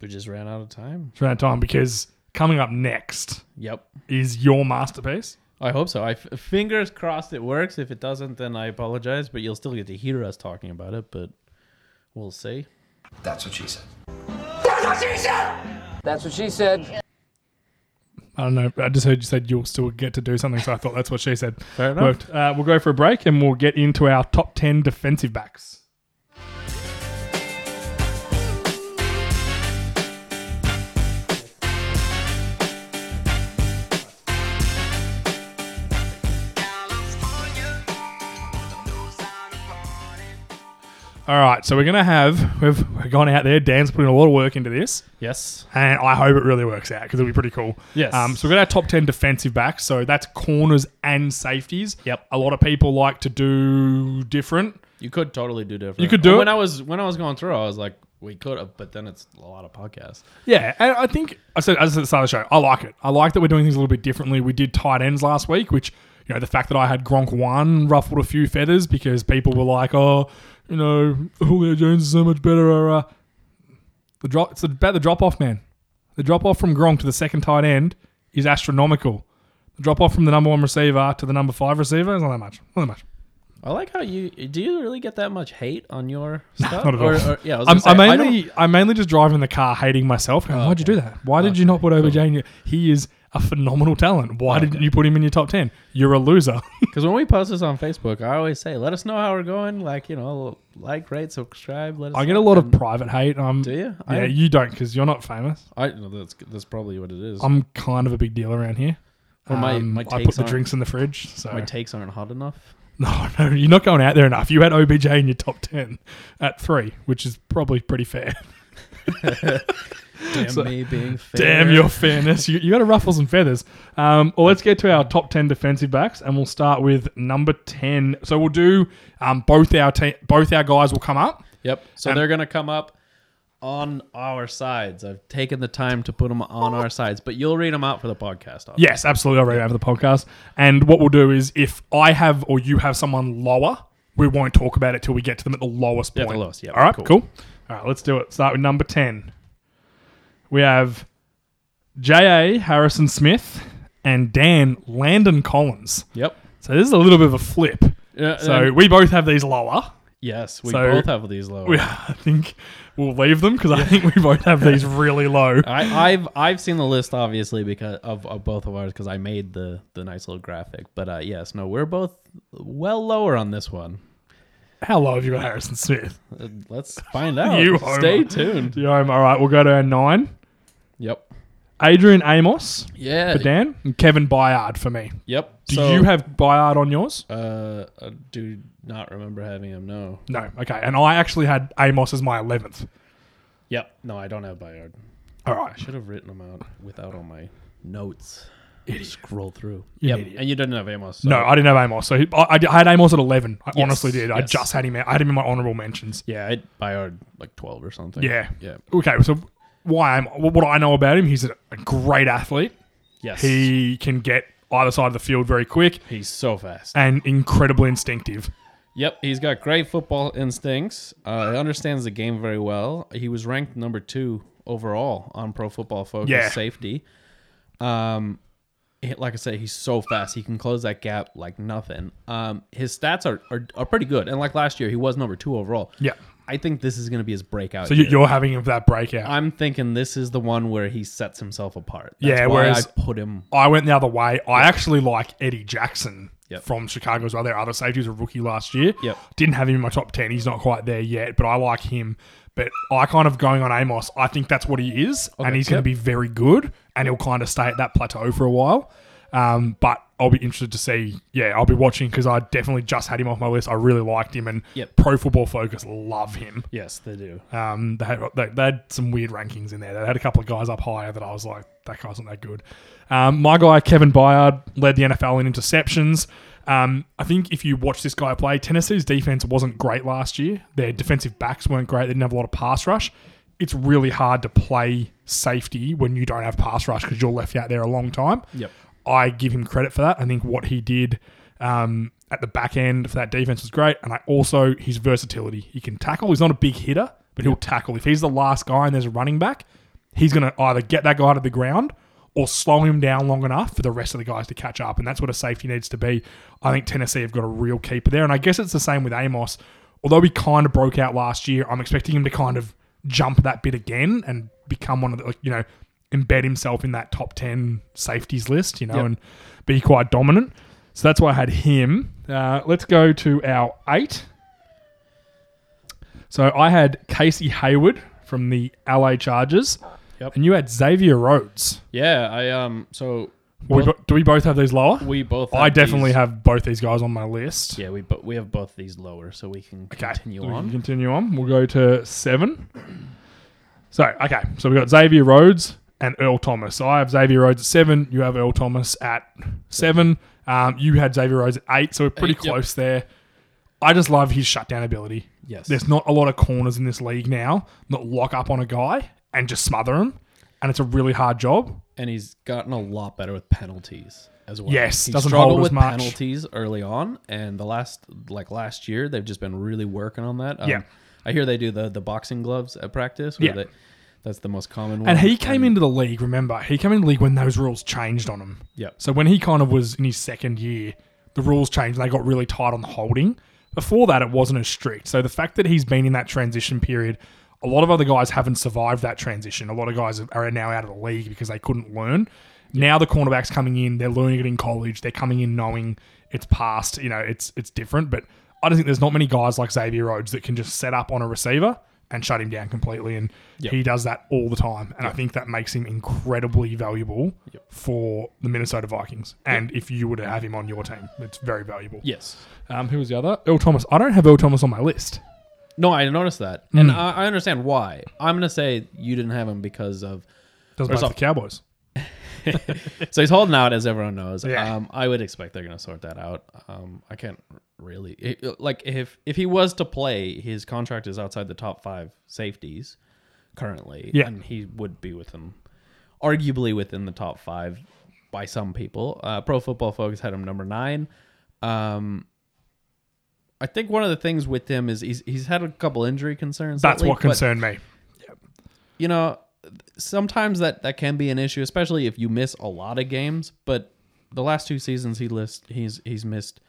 Speaker 3: we just ran out of time.
Speaker 2: for that time because coming up next
Speaker 3: Yep.
Speaker 2: is your masterpiece.
Speaker 3: I hope so. I f- fingers crossed it works. If it doesn't, then I apologize, but you'll still get to hear us talking about it. But we'll see.
Speaker 1: That's what she said.
Speaker 7: That's what she said.
Speaker 2: I don't know. I just heard you said you'll still get to do something, so I thought that's what she said.
Speaker 3: Fair enough.
Speaker 2: Worked. Uh, we'll go for a break and we'll get into our top ten defensive backs. All right, so we're gonna have we've, we've gone out there. Dan's putting a lot of work into this
Speaker 3: Yes.
Speaker 2: and I hope it really works out because it'll be pretty cool.
Speaker 3: Yes.
Speaker 2: Um, so we've got our top 10 defensive backs. So that's corners and safeties.
Speaker 3: Yep.
Speaker 2: A lot of people like to do different.
Speaker 3: You could totally do different.
Speaker 2: You could do
Speaker 3: when
Speaker 2: it.
Speaker 3: I was when I was going through, I was like, we could have, but then it's a lot of podcasts.
Speaker 2: Yeah. And I think, I said, as I said at the start of the show, I like it. I like that we're doing things a little bit differently. We did tight ends last week, which, you know, the fact that I had Gronk 1 ruffled a few feathers because people were like, oh, you know, Julio Jones is so much better. Uh, uh, the drop, it's about the drop off, man. The drop off from Gronk to the second tight end is astronomical. The drop off from the number one receiver to the number five receiver is not that much. Not that much.
Speaker 3: I like how you do. You really get that much hate on your stuff?
Speaker 2: (laughs) Not at all.
Speaker 3: Or, or, yeah, I was
Speaker 2: I'm,
Speaker 3: gonna say,
Speaker 2: I'm
Speaker 3: I Oh,
Speaker 2: mainly I, am mainly just driving the car hating myself. Going, Why'd you do that? Why did you not put OBJ in your? He is a phenomenal talent. Why didn't you put him in your top ten? You're a loser. (laughs)
Speaker 3: Because when we post this on Facebook, I always say, let us know how we're going. Like, you know, like, rate, subscribe. Let us
Speaker 2: I get a lot of private hate. Um,
Speaker 3: Do you?
Speaker 2: Yeah,
Speaker 3: I-
Speaker 2: you don't because you're not famous.
Speaker 3: I, no, that's, that's probably what it is.
Speaker 2: I'm kind of a big deal around here.
Speaker 3: Or my-
Speaker 2: Um,
Speaker 3: my
Speaker 2: I put
Speaker 3: takes
Speaker 2: the
Speaker 3: aren't-
Speaker 2: drinks in the fridge. So (laughs)
Speaker 3: My takes aren't hot enough.
Speaker 2: no, no, you're not going out there enough. You had OBJ in your top ten at three, which is probably pretty fair.
Speaker 3: Damn me being
Speaker 2: (laughs)
Speaker 3: fair.
Speaker 2: Damn your fairness. You, you got to ruffle some feathers. Um, well, let's get to our top 10 defensive backs, and we'll start with number 10. So we'll do um, both our ta- both our guys will come up.
Speaker 3: Yep. So they're going to come up on our sides. I've taken the time to put them on our sides, but you'll read them out for the podcast. obviously.
Speaker 2: Yes, absolutely. I'll read it over the podcast. And what we'll do is if I have or you have someone lower, we won't talk about it till we get to them at the lowest
Speaker 3: Yeah,
Speaker 2: point.
Speaker 3: the lowest, yeah,
Speaker 2: All right,
Speaker 3: cool.
Speaker 2: cool. All right, let's do it. Start with number 10. We have J.A. Harrison Smith and Dan Landon Collins.
Speaker 3: Yep.
Speaker 2: So this is a little bit of a flip.
Speaker 3: Yeah,
Speaker 2: so
Speaker 3: and-
Speaker 2: we both have these lower.
Speaker 3: Yes. We
Speaker 2: So-
Speaker 3: both have these low.
Speaker 2: We, (laughs) I think we'll leave them because I think we both have these really low.
Speaker 3: I, I've I've seen the list obviously because of, of both of ours because I made the the nice little graphic. But uh, yes, no, we're both well lower on this one.
Speaker 2: How low have you got Harrison Smith?
Speaker 3: Uh, Let's
Speaker 2: (laughs)
Speaker 3: find out.
Speaker 2: You
Speaker 3: Stay
Speaker 2: homer.
Speaker 3: tuned.
Speaker 2: Yeah, I'm- all right, we'll go to our nine.
Speaker 3: Yep.
Speaker 2: Adrian Amos
Speaker 3: Yeah.
Speaker 2: for Dan and Kevin Byard for me.
Speaker 3: Yep.
Speaker 2: Do
Speaker 3: So,
Speaker 2: you have Byard on yours?
Speaker 3: Uh, I do not remember having him. No.
Speaker 2: No. Okay. And I actually had Amos as my 11th.
Speaker 3: Yep. No, I don't have Bayard.
Speaker 2: All right.
Speaker 3: Should have written them out without all my notes. Scroll through.
Speaker 2: You
Speaker 3: Yep.
Speaker 2: idiot.
Speaker 3: And you didn't have Amos. so-
Speaker 2: No, I didn't have Amos. So he, I, I had Amos at 11. I
Speaker 3: Yes,
Speaker 2: honestly did. I
Speaker 3: yes.
Speaker 2: just had him. I had him in my honorable mentions.
Speaker 3: yeah, I Bayard like twelve or something.
Speaker 2: Yeah.
Speaker 3: Yeah.
Speaker 2: Okay. So why I'm what I know about him? He's a a great athlete.
Speaker 3: Yes.
Speaker 2: He can get either side of the field very quick
Speaker 3: he's so fast.
Speaker 2: and incredibly instinctive.
Speaker 3: Yep, he's got great football instincts. Uh, he understands the game very well. He was ranked number two overall on Pro Football Focus
Speaker 2: Yeah.
Speaker 3: safety. Um, he- like I said, he's so fast. He can close that gap like nothing. Um, his stats are, are, are pretty good. And like last year, he was number two overall.
Speaker 2: Yeah.
Speaker 3: I think this is going to be his breakout.
Speaker 2: So you,
Speaker 3: year.
Speaker 2: you're having him for that breakout.
Speaker 3: I'm thinking this is the one where he sets himself apart. That's
Speaker 2: Yeah,
Speaker 3: why
Speaker 2: whereas-
Speaker 3: I put him.
Speaker 2: I went the other way. I actually like Eddie Jackson
Speaker 3: Yep.
Speaker 2: from Chicago as well. Their other safety was a rookie last year.
Speaker 3: Yep.
Speaker 2: Didn't have him in my top 10. He's not quite there yet, but I like him. But I kind of going on Amos, I think that's what he is. and he's going to be very good and he'll kind of stay at that plateau for a while. Um, but I'll be interested to see. Yeah, I'll be watching because I definitely just had him off my list. I really liked him, and
Speaker 3: Yep.
Speaker 2: Pro Football Focus love him.
Speaker 3: Yes, they do.
Speaker 2: Um, they had they, they had some weird rankings in there. They had a couple of guys up higher that I was like, that guy wasn't that good. Um, my guy Kevin Byard led the NFL in interceptions. Um, I think if you watch this guy play, Tennessee's defense wasn't great last year. Their defensive backs weren't great. They didn't have a lot of pass rush. It's really hard to play safety when you don't have pass rush because you're left out there a long time.
Speaker 3: Yep.
Speaker 2: I give him credit for that. I think what he did um, at the back end for that defense was great. And I also, his versatility. He can tackle. He's not a big hitter, but he'll tackle. If he's the last guy and there's a running back, he's going to either get that guy to the ground or slow him down long enough for the rest of the guys to catch up. And that's what a safety needs to be. I think Tennessee have got a real keeper there. And I guess it's the same with Amos. Although he kind of broke out last year, I'm expecting him to kind of jump that bit again and become one of the, like, you know, embed himself in that top 10 safeties list, you know, and be quite dominant. So that's why I had him. Uh, let's go to our eight. So I had Casey Hayward from the LA Chargers,
Speaker 3: Yep.
Speaker 2: and you had Xavier Rhodes.
Speaker 3: Yeah, I um. So
Speaker 2: we bo- do we both have these lower?
Speaker 3: we both.
Speaker 2: I definitely
Speaker 3: these-
Speaker 2: have both these guys on my list.
Speaker 3: Yeah, we bo- we have both these lower, so we can
Speaker 2: Okay.
Speaker 3: continue
Speaker 2: we can
Speaker 3: on.
Speaker 2: Continue on. We'll go to seven. So, okay. So we've got Xavier Rhodes and Earl Thomas. So I have Xavier Rhodes at seven. You have Earl Thomas at seven. Um, you had Xavier Rhodes at eight. So we're pretty
Speaker 3: Eight, yep.
Speaker 2: close there. I just love his shutdown ability.
Speaker 3: Yes.
Speaker 2: There's not a lot of corners in this league now that lock up on a guy and just smother him. And it's a really hard job.
Speaker 3: and he's gotten a lot better with penalties as well.
Speaker 2: Yes,
Speaker 3: he
Speaker 2: doesn't
Speaker 3: struggled
Speaker 2: hold as
Speaker 3: with
Speaker 2: much.
Speaker 3: penalties early on, and the last like last year they've just been really working on that. Um,
Speaker 2: Yeah.
Speaker 3: I hear they do the the boxing gloves at practice. Where
Speaker 2: Yeah.
Speaker 3: they, that's the most common one.
Speaker 2: And he came into the league, remember, he came into the league when those rules changed on him.
Speaker 3: Yep.
Speaker 2: So when he kind of was in his second year, the rules changed and they got really tight on the holding. Before that, it wasn't as strict. So the fact that he's been in that transition period, a lot of other guys haven't survived that transition. A lot of guys are now out of the league because they couldn't learn. Now the cornerbacks coming in, they're learning it in college. They're coming in knowing it's past. You know, it's it's different. But I don't think there's not many guys like Xavier Rhodes that can just set up on a receiver and shut him down completely. And he does that all the time. And I think that makes him incredibly valuable for the Minnesota Vikings. And if you were to have him on your team, it's very valuable.
Speaker 3: Yes.
Speaker 2: Um, who was the other? Earl Thomas. I don't have Earl Thomas on my list.
Speaker 3: No, I noticed that, and
Speaker 2: Hmm.
Speaker 3: I, I understand why. I'm gonna say you didn't have him because of.
Speaker 2: Doesn't
Speaker 3: Where's
Speaker 2: matter
Speaker 3: up?
Speaker 2: the Cowboys.
Speaker 3: So he's holding out, as everyone knows.
Speaker 2: Yeah.
Speaker 3: Um, I would expect they're gonna sort that out. Um, I can't really it- like if if he was to play, his contract is outside the top five safeties currently.
Speaker 2: Yeah.
Speaker 3: and he would be within, arguably within the top five by some people. Uh, Pro Football Focus had him number nine. Um, I think one of the things with him is he's, he's had a couple injury concerns.
Speaker 2: That's
Speaker 3: lately,
Speaker 2: what
Speaker 3: but-
Speaker 2: concerned me.
Speaker 3: you know, sometimes that that can be an issue, especially if you miss a lot of games. But the last two seasons, he list he's he's missed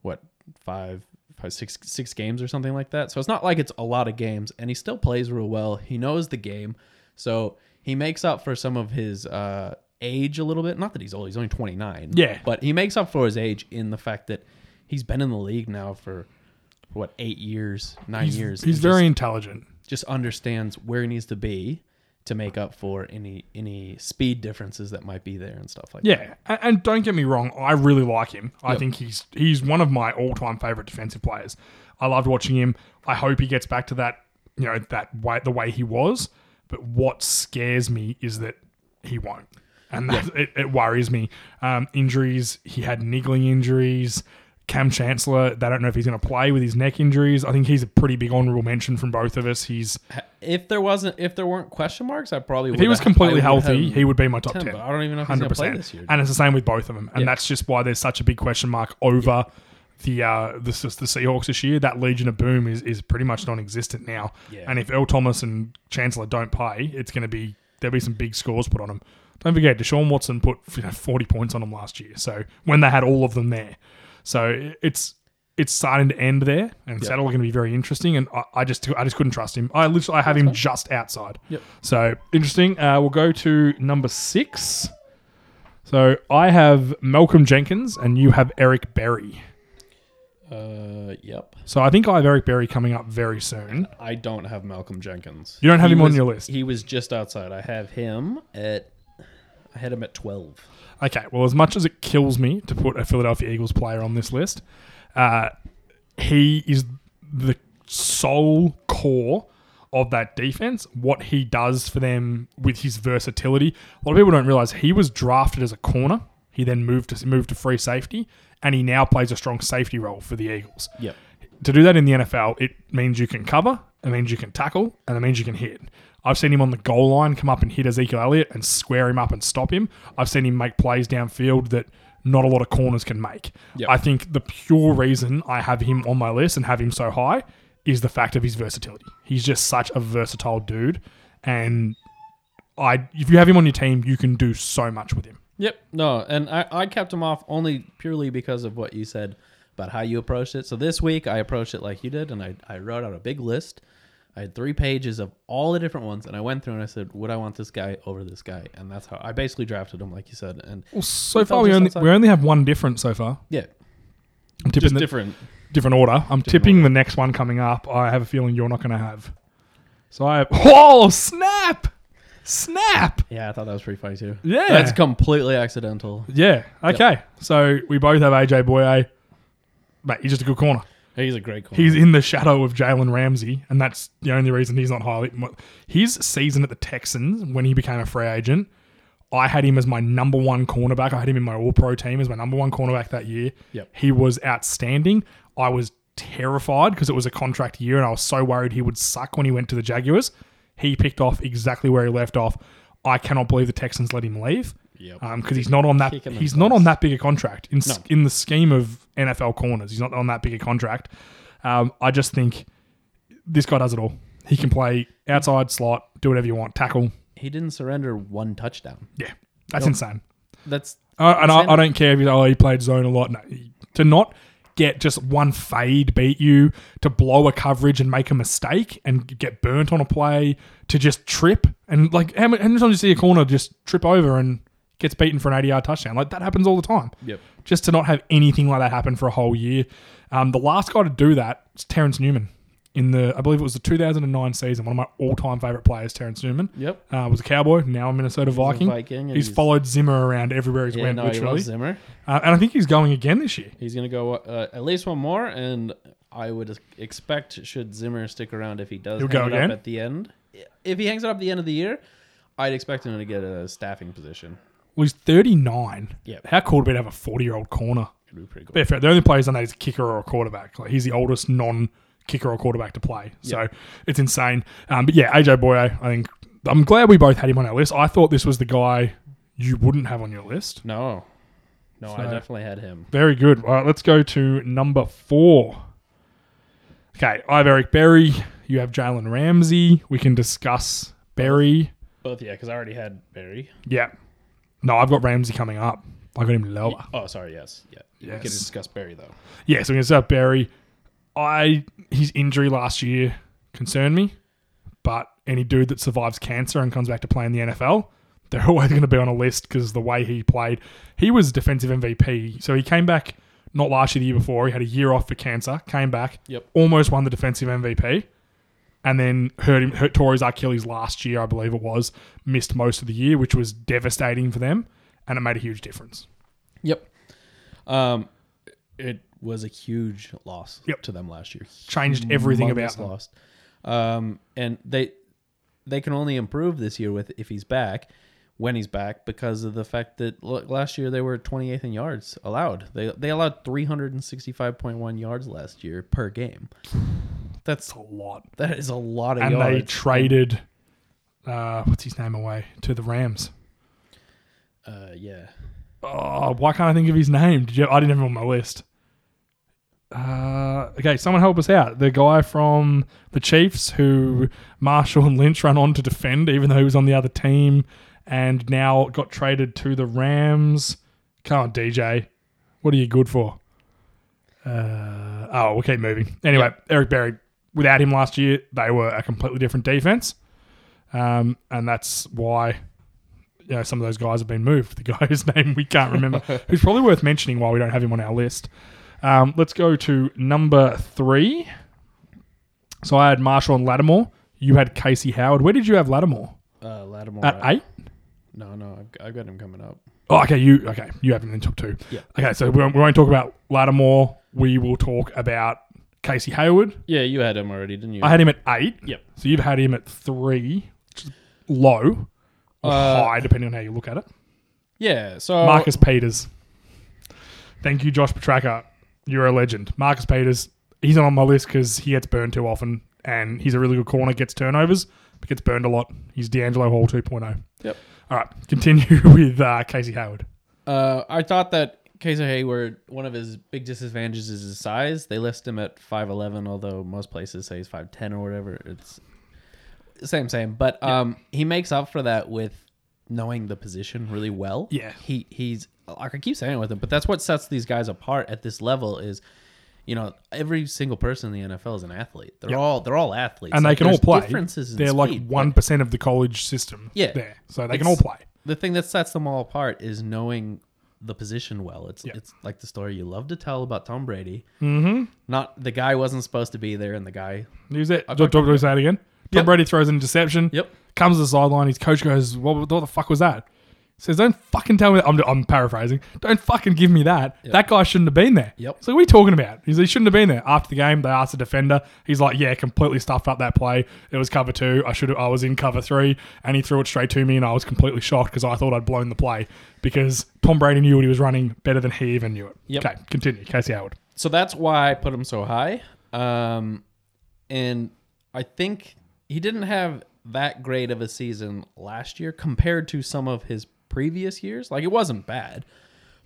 Speaker 3: what five, five six six games or something like that. So it's not like it's a lot of games, and he still plays real well. He knows the game, so he makes up for some of his uh, age a little bit. Not that he's old; he's only twenty nine.
Speaker 2: Yeah.
Speaker 3: but he makes up for his age in the fact that he's been in the league now for. What eight years, nine
Speaker 2: He's,
Speaker 3: years?
Speaker 2: he's
Speaker 3: and just-
Speaker 2: very intelligent.
Speaker 3: just understands where he needs to be to make up for any any speed differences that might be there and stuff like that.
Speaker 2: Yeah, and, and don't get me wrong, I really like him. I
Speaker 3: Yep.
Speaker 2: think he's he's one of my all time favorite defensive players. I loved watching him. I hope he gets back to that you know that way the way he was. But what scares me is that he won't, and that, it, it worries me. Um, injuries. He had niggling injuries. Cam Chancellor. They don't know if he's going to play with his neck injuries. I think he's a pretty big honorable mention from both of us. He's
Speaker 3: If there wasn't if there weren't question marks, I probably
Speaker 2: if he was completely healthy, he would be my top 10.
Speaker 3: ten, but I don't even know if he's gonna play
Speaker 2: 100%.
Speaker 3: this year.
Speaker 2: And it's the same with both of them. And that's just why there's such a big question mark over the uh, the, S- the Seahawks this year. That Legion of Boom is, is pretty much non existent now. And if Earl Thomas and Chancellor don't play, it's going to be, there'll be some big scores put on them. Don't forget, Deshaun Watson put you know, 40 points on them last year. So when they had all of them there. So it's. It's starting to end there, and it's all going to be very interesting. And I, I just, I just couldn't trust him. I literally, I have him just outside.
Speaker 3: Yep.
Speaker 2: So interesting. Uh, we'll go to number six. So I have Malcolm Jenkins and you have Eric Berry.
Speaker 3: uh yep.
Speaker 2: So I think I have Eric Berry coming up very soon.
Speaker 3: I don't have Malcolm Jenkins.
Speaker 2: You don't have
Speaker 3: He
Speaker 2: him on
Speaker 3: was-
Speaker 2: your list.
Speaker 3: He was just outside. I have him at I had him at 12.
Speaker 2: Okay, well, as much as it kills me to put a Philadelphia Eagles player on this list, uh, he is the sole core of that defense. What he does for them with his versatility, a lot of people don't realize he was drafted as a corner. He then moved to moved to free safety, and he now plays a strong safety role for the Eagles.
Speaker 3: Yep.
Speaker 2: To do that in the NFL, it means you can cover, it means you can tackle, and it means you can hit. I've seen him on the goal line come up and hit Ezekiel Elliott and square him up and stop him. I've seen him make plays downfield that not a lot of corners can make.
Speaker 3: Yep.
Speaker 2: I think the pure reason I have him on my list and have him so high is the fact of his versatility. He's just such a versatile dude, and I if you have him on your team, you can do so much with him.
Speaker 3: Yep. No, and I, I kept him off only purely because of what you said about how you approached it. So this week I approached it like you did, and I, I wrote out a big list. I had three pages of all the different ones, and I went through and I said, "Would I want this guy over this guy?" And that's how I basically drafted him, like you said. And
Speaker 2: Well, so
Speaker 3: far
Speaker 2: far
Speaker 3: we
Speaker 2: we
Speaker 3: just
Speaker 2: only
Speaker 3: outside.
Speaker 2: we only have one different so far.
Speaker 3: yeah,
Speaker 2: I'm tipping
Speaker 3: just
Speaker 2: the,
Speaker 3: different.
Speaker 2: different order. I'm tipping the next one coming up. I have a feeling you're not going to have. So I have. (laughs) Oh, snap! Snap!
Speaker 3: Yeah, I thought that was pretty funny too.
Speaker 2: Yeah.
Speaker 3: that's completely accidental.
Speaker 2: Yeah. Okay. So we both have AJ Boye. Mate, he's just a good corner.
Speaker 3: He's a great corner.
Speaker 2: He's in the shadow of Jalen Ramsey, and that's the only reason he's not highly. His season at the Texans when he became a free agent, I had him as my number one cornerback. I had him in my All Pro team as my number one cornerback that year.
Speaker 3: Yep.
Speaker 2: he was outstanding. I was terrified because it was a contract year, and I was so worried he would suck when he went to the Jaguars. He picked off exactly where he left off. I cannot believe the Texans let him leave.
Speaker 3: Yep.
Speaker 2: Um, because he's not on that.
Speaker 3: Kicking
Speaker 2: He's not on that big a contract in s in the scheme of NFL corners. He's not on that big a contract. Um, I just think this guy does it all. He can play outside slot, do whatever you want, tackle.
Speaker 3: he didn't surrender one touchdown.
Speaker 2: Yeah, that's insane.
Speaker 3: That's
Speaker 2: Uh, and I,
Speaker 3: Insane.
Speaker 2: I don't care if you oh he played zone a lot. No, he- to not get just one fade beat you, to blow a coverage and make a mistake and get burnt on a play, to just trip and like how many, how many times you see a corner just trip over and gets beaten for an 80 yard touchdown? Like that happens all the time.
Speaker 3: Yep.
Speaker 2: Just to not have anything like that happen for a whole year. Um, the last guy to do that is Terrence Newman. In the, I believe it was the 2009 season, one of my all-time favorite players, Terrence Newman.
Speaker 3: Yep.
Speaker 2: uh, was a Cowboy, now a Minnesota Viking.
Speaker 3: Viking and
Speaker 2: he's,
Speaker 3: he's-
Speaker 2: followed Zimmer around everywhere he's
Speaker 3: yeah,
Speaker 2: went,
Speaker 3: no, he
Speaker 2: literally.
Speaker 3: loves Zimmer.
Speaker 2: Uh, and I think he's going again this year.
Speaker 3: He's gonna go uh, at least one more, and I would expect should Zimmer stick around if he does
Speaker 2: He'll
Speaker 3: hang
Speaker 2: go
Speaker 3: it
Speaker 2: again?
Speaker 3: up at the end. If he hangs it up at the end of the year, I'd expect him to get a staffing position.
Speaker 2: Well, he's 39.
Speaker 3: Yep.
Speaker 2: How cool would it be to have a 40 year old corner?
Speaker 3: It'd be pretty cool.
Speaker 2: But fair, the only player who's done that is a kicker or a quarterback. Like he's the oldest non kicker or quarterback to play. So it's insane. Um, but yeah, AJ Boye, I think I'm glad we both had him on our list. I thought this was the guy you wouldn't have on your list.
Speaker 3: No, no, I
Speaker 2: So-
Speaker 3: definitely had him.
Speaker 2: Very good. All right, let's go to number four. Okay, I have Eric Berry. You have Jalen Ramsey. We can discuss Berry.
Speaker 3: Both, yeah, because I already had Barry.
Speaker 2: Yeah. No, I've got Ramsey coming up. I got him lower.
Speaker 3: Oh, sorry, yes, yeah. We
Speaker 2: Yes.
Speaker 3: can discuss Barry though.
Speaker 2: Yeah, so we're gonna start Barry. I his injury last year concerned me, but any dude that survives cancer and comes back to play in the NFL, they're (laughs) always going to be on a list because the way he played, he was defensive MVP. So he came back not last year, the year before. He had a year off for cancer, came back,
Speaker 3: Yep.
Speaker 2: almost won the defensive MVP, and then hurt him, hurt Torres Achilles last year, I believe it was, missed most of the year, which was devastating for them, and it made a huge difference.
Speaker 3: Yep. Um, it was a huge loss
Speaker 2: Yep.
Speaker 3: to them last year.
Speaker 2: Changed everything
Speaker 3: Humongous
Speaker 2: about them.
Speaker 3: loss. Um, and they they can only improve this year with if he's back, when he's back, because of the fact that l- last year they were 28th in yards allowed. They they allowed 365.1 yards last year per game. That's
Speaker 2: It's a lot.
Speaker 3: that is a lot of
Speaker 2: and they
Speaker 3: yards.
Speaker 2: traded uh, what's his name away to the Rams.
Speaker 3: uh, yeah,
Speaker 2: Oh, why can't I think of his name? Did you, I didn't have him on my list. Uh, okay, someone help us out. The guy from the Chiefs who Marshall and Lynch ran on to defend, even though he was on the other team, and now got traded to the Rams. Come on, DJ. What are you good for? Uh, oh, we'll keep moving. Anyway, Eric Berry. Without him last year, they were a completely different defense, um, and that's why you know, uh, some of those guys (laughs) have been moved. The guy whose name we can't remember, who's probably worth mentioning while we don't have him on our list. Um, let's go to number three. So I had Marshall and Lattimore. You had Casey Howard. Where did you have Lattimore?
Speaker 3: uh, Lattimore
Speaker 2: At eight?
Speaker 3: No, no, I've, I've got him coming up.
Speaker 2: Oh, okay. You okay? You have him in top two.
Speaker 3: Yeah.
Speaker 2: Okay, so we won't, we won't talk about Lattimore. We will talk about Casey Hayward.
Speaker 3: Yeah, you had him already, didn't you?
Speaker 2: I had him at eight.
Speaker 3: Yep.
Speaker 2: So you've had him at three, which is low or
Speaker 3: Uh,
Speaker 2: high, depending on how you look at it.
Speaker 3: yeah, so
Speaker 2: Marcus Peters. Thank you, Josh Petraka. You're a legend. Marcus Peters, he's not on my list because he gets burned too often, and he's a really good corner, gets turnovers, but gets burned a lot. He's D'Angelo Hall 2.0.
Speaker 3: Yep.
Speaker 2: All right, continue (laughs) with uh, Casey Hayward.
Speaker 3: Uh, I thought that Casey Hayward, one of his big disadvantages is his size. They list him at 5'11, although most places say he's 5'10 or whatever. It's same, same. But um, he makes up for that with knowing the position really well.
Speaker 2: Yeah.
Speaker 3: He He's, like I keep saying it with him, but that's what sets these guys apart at this level is. You know, every single person in the NFL is an athlete. They're all they're all athletes,
Speaker 2: And they
Speaker 3: Like,
Speaker 2: can all
Speaker 3: there's
Speaker 2: play.
Speaker 3: Differences in
Speaker 2: They're like
Speaker 3: speed, but-
Speaker 2: 1% of the college system
Speaker 3: Yeah.
Speaker 2: there. So they can all
Speaker 3: It's-
Speaker 2: play.
Speaker 3: the thing that sets them all apart is knowing the position well. It's
Speaker 2: Yeah.
Speaker 3: it's like the story you love to tell about Tom Brady. Mm-hmm. Not the guy wasn't supposed to be there, and the guy.
Speaker 2: Use it. Do, do, do we say it again? Tom
Speaker 3: Yep.
Speaker 2: Brady throws an interception.
Speaker 3: Yep.
Speaker 2: Comes to the sideline. His coach goes, what, what the fuck was that? Says, don't fucking tell me. I'm, I'm paraphrasing. Don't fucking give me that. That guy shouldn't have been there.
Speaker 3: Yep.
Speaker 2: So what are we talking about? He's, he shouldn't have been there. After the game, they asked the defender. He's like, yeah, completely stuffed up that play. It was cover two. I should. have- I was in cover three, and he threw it straight to me, and I was completely shocked because I thought I'd blown the play because Tom Brady knew what he was running better than he even knew it.
Speaker 3: Yep.
Speaker 2: Okay, continue. Casey Howard.
Speaker 3: So that's why I put him so high. Um, and I think he didn't have that great of a season last year compared to some of his previous years. Like it wasn't bad,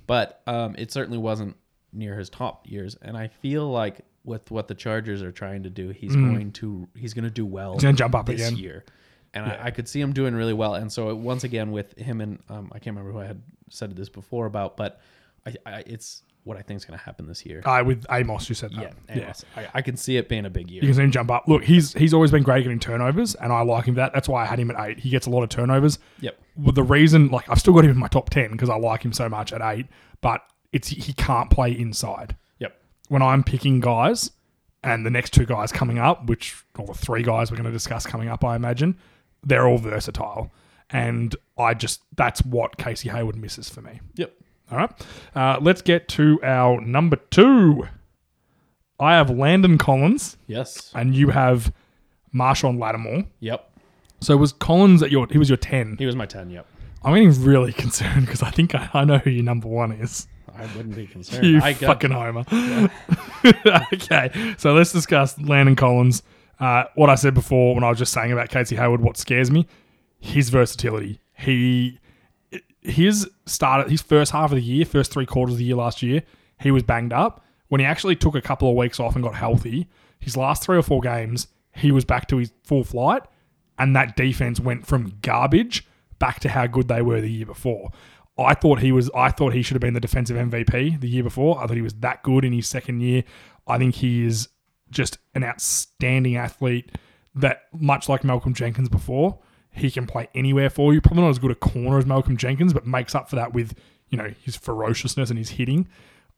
Speaker 3: but um, it certainly wasn't near his top years. And I feel like with what the Chargers are trying to do, he's going to he's going to do well.
Speaker 2: Mm-hmm. He's gonna jump up
Speaker 3: this
Speaker 2: again.
Speaker 3: year. And I, I could see him doing really well. And so it- once again with him and um, I can't remember who I had said this before about, but I, I, it's what I think is going to happen this year.
Speaker 2: I Uh, with Amos, you said that.
Speaker 3: yeah, Amos. I, I can see it being a big year.
Speaker 2: Um, You can see him jump up. Look, he's he's always been great at getting turnovers, and I like him for that. That's why I had him at eight. He gets a lot of turnovers.
Speaker 3: Yep.
Speaker 2: Well, the reason, like, I've still got him in my top ten because I like him so much at eight, but it's he can't play inside.
Speaker 3: Yep.
Speaker 2: When I'm picking guys, and the next two guys coming up, which or the three guys we're going to discuss coming up, I imagine, they're all versatile, and I just that's what Casey Hayward misses for me.
Speaker 3: Yep.
Speaker 2: All right. Uh, let's get to our number two. I have Landon Collins
Speaker 3: Yes.
Speaker 2: and you have Marshawn Lattimore.
Speaker 3: Yep.
Speaker 2: So was Collins at your? He was your ten.
Speaker 3: He was my 10. Yep.
Speaker 2: I'm getting really (laughs) concerned because I think I, I know who your number one is.
Speaker 3: I wouldn't be concerned.
Speaker 2: (laughs) You
Speaker 3: (laughs) I got,
Speaker 2: fucking homer. (laughs) okay, so let's discuss Landon Collins. Uh, what I said before when I was just saying about Casey Hayward, what scares me, his versatility. He his start his first half of the year, first three quarters of the year last year, he was banged up. When he actually took a couple of weeks off and got healthy, his last three or four games, he was back to his full flight, and that defense went from garbage back to how good they were the year before. I thought he was I thought he should have been the defensive MVP the year before. I thought he was that good in his second year. I think he is just an outstanding athlete that much like Malcolm Jenkins before, he can play anywhere for you. Probably not as good a corner as Malcolm Jenkins, but makes up for that with, you know, his ferociousness and his hitting.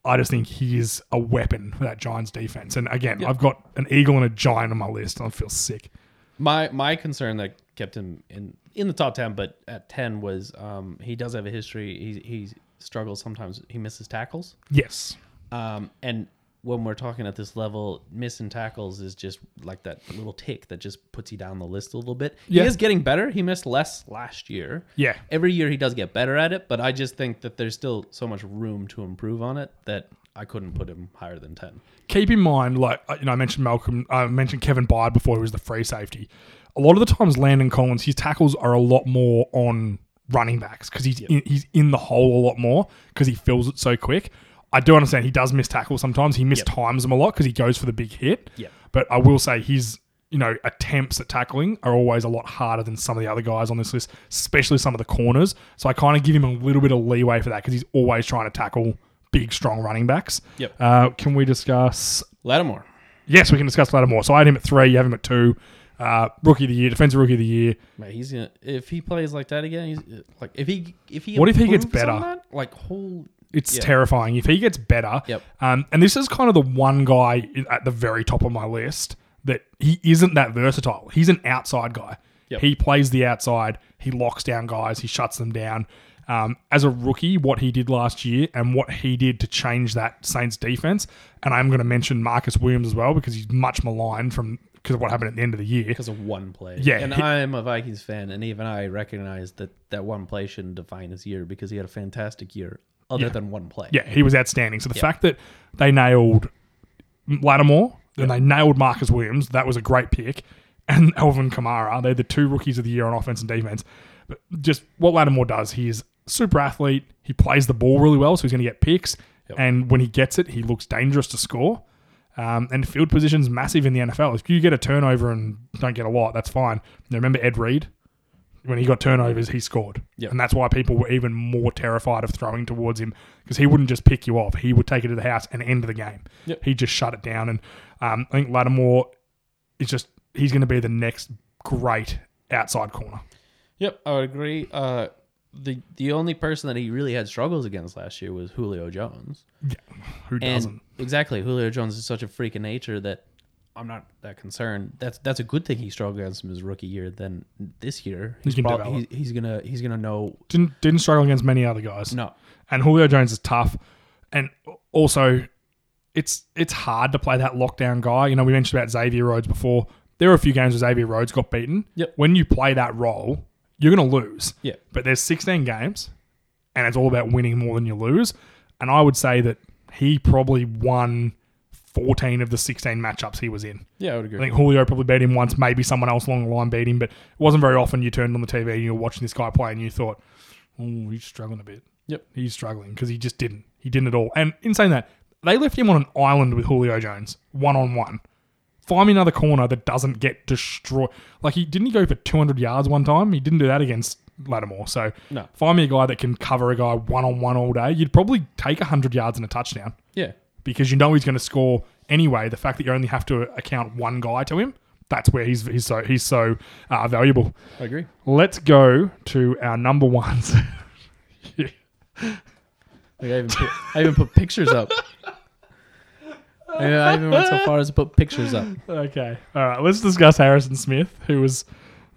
Speaker 2: I just think he is a weapon for that Giants defense. And again, I've got an eagle and a giant on my list. I feel sick.
Speaker 3: my my concern that kept him in in the top 10 but at 10 was um he does have a history he he struggles sometimes he misses tackles
Speaker 2: Yes.
Speaker 3: um and when we're talking at this level missing tackles is just like that little tick that just puts you down the list a little bit
Speaker 2: Yeah.
Speaker 3: he is getting better he missed less last year
Speaker 2: Yeah.
Speaker 3: every year he does get better at it but i just think that there's still so much room to improve on it that i couldn't put him higher than 10
Speaker 2: keep in mind, like uh, you know, I mentioned Malcolm, I mentioned Kevin Byard before, who was the free safety. A lot of the times, Landon Collins, his tackles are a lot more on running backs because he's in, he's in the hole a lot more because he fills it so quick. I do understand he does miss tackles sometimes. He mistimes them a lot because he goes for the big hit.
Speaker 3: Yep.
Speaker 2: But I will say his you know attempts at tackling are always a lot harder than some of the other guys on this list, especially some of the corners. So I kind of give him a little bit of leeway for that because he's always trying to tackle big, strong running backs.
Speaker 3: Yep.
Speaker 2: Uh, can we discuss?
Speaker 3: lattimore
Speaker 2: Yes, we can discuss Lattimore. So I had him at three. You have him at two. Uh, rookie of the year, defensive rookie of the year.
Speaker 3: Man, he's gonna if he plays like that again. He's like if he if he
Speaker 2: What if he gets
Speaker 3: improves on
Speaker 2: better?
Speaker 3: that, like whole
Speaker 2: It's
Speaker 3: Yeah.
Speaker 2: terrifying. If he gets better,
Speaker 3: Yep.
Speaker 2: um, and this is kind of the one guy i- at the very top of my list that he isn't that versatile. He's an outside guy.
Speaker 3: Yep.
Speaker 2: He plays the outside. He locks down guys. He shuts them down. Um, as a rookie, what he did last year and what he did to change that Saints defense, and I'm going to mention Marcus Williams as well because he's much maligned from because of what happened at the end of the year.
Speaker 3: because of one play.
Speaker 2: Yeah,
Speaker 3: and
Speaker 2: he-
Speaker 3: I'm a Vikings fan, and even I recognize that that one play shouldn't define his year because he had a fantastic year, other than one play.
Speaker 2: Yeah, he was outstanding. So the fact that they nailed Lattimore and they nailed Marcus Williams, that was a great pick, and (laughs) Elvin Kamara, they're the two rookies of the year on offense and defense. But just what Lattimore does, he is a super athlete. He plays the ball really well, so he's going to get picks. And when he gets it, he looks dangerous to score. Um, and field position's massive in the NFL. If you get a turnover and don't get a lot, that's fine. Now, remember Ed Reed? when he got turnovers, he scored.
Speaker 3: Yep.
Speaker 2: And that's why people were even more terrified of throwing towards him because he wouldn't just pick you off. He would take it to the house and end the game.
Speaker 3: Yep.
Speaker 2: He just shut it down. And um, I think Lattimore is just, he's going to be the next great outside corner.
Speaker 3: Yep, I would agree. Uh, the the only person that he really had struggles against last year was Julio Jones,
Speaker 2: Who
Speaker 3: and
Speaker 2: doesn't?
Speaker 3: exactly Julio Jones is such a freak of nature that I'm not that concerned. That's that's a good thing he struggled against him his rookie year. Then this year
Speaker 2: He can
Speaker 3: prob-
Speaker 2: develop.
Speaker 3: he's, he's gonna he's gonna know
Speaker 2: Didn't, didn't struggle against many other guys.
Speaker 3: no
Speaker 2: and Julio Jones is tough, and also it's it's hard to play that lockdown guy. You know, we mentioned about Xavier Rhodes before. There were a few games where Xavier Rhodes got beaten.
Speaker 3: Yep.
Speaker 2: When you play that role, you're going to lose.
Speaker 3: Yeah.
Speaker 2: But there's 16 games, and it's all about winning more than you lose. And I would say that he probably won 14 of the 16 matchups he was in.
Speaker 3: yeah I would agree.
Speaker 2: I think Julio probably beat him once, maybe someone else along the line beat him, but it wasn't very often you turned on the TV and you were watching this guy play and you thought, oh, he's struggling a bit.
Speaker 3: Yep.
Speaker 2: He's struggling because he just didn't. He didn't at all. And in saying that, they left him on an island with Julio Jones, one on one. Find me another corner that doesn't get destroyed. Like, he didn't he go for 200 yards one time? He didn't do that against Lattimore. So,
Speaker 3: No.
Speaker 2: find me a guy that can cover a guy one on one all day. You'd probably take 100 yards and a touchdown
Speaker 3: yeah,
Speaker 2: because you know he's going to score anyway. The fact that you only have to account one guy to him, that's where he's he's so he's so uh, valuable.
Speaker 3: I agree.
Speaker 2: Let's go to our number ones. (laughs)
Speaker 3: Like I even put, I even put pictures up. I, I even went so far as to put pictures up.
Speaker 2: okay, all right. Let's discuss Harrison Smith, who was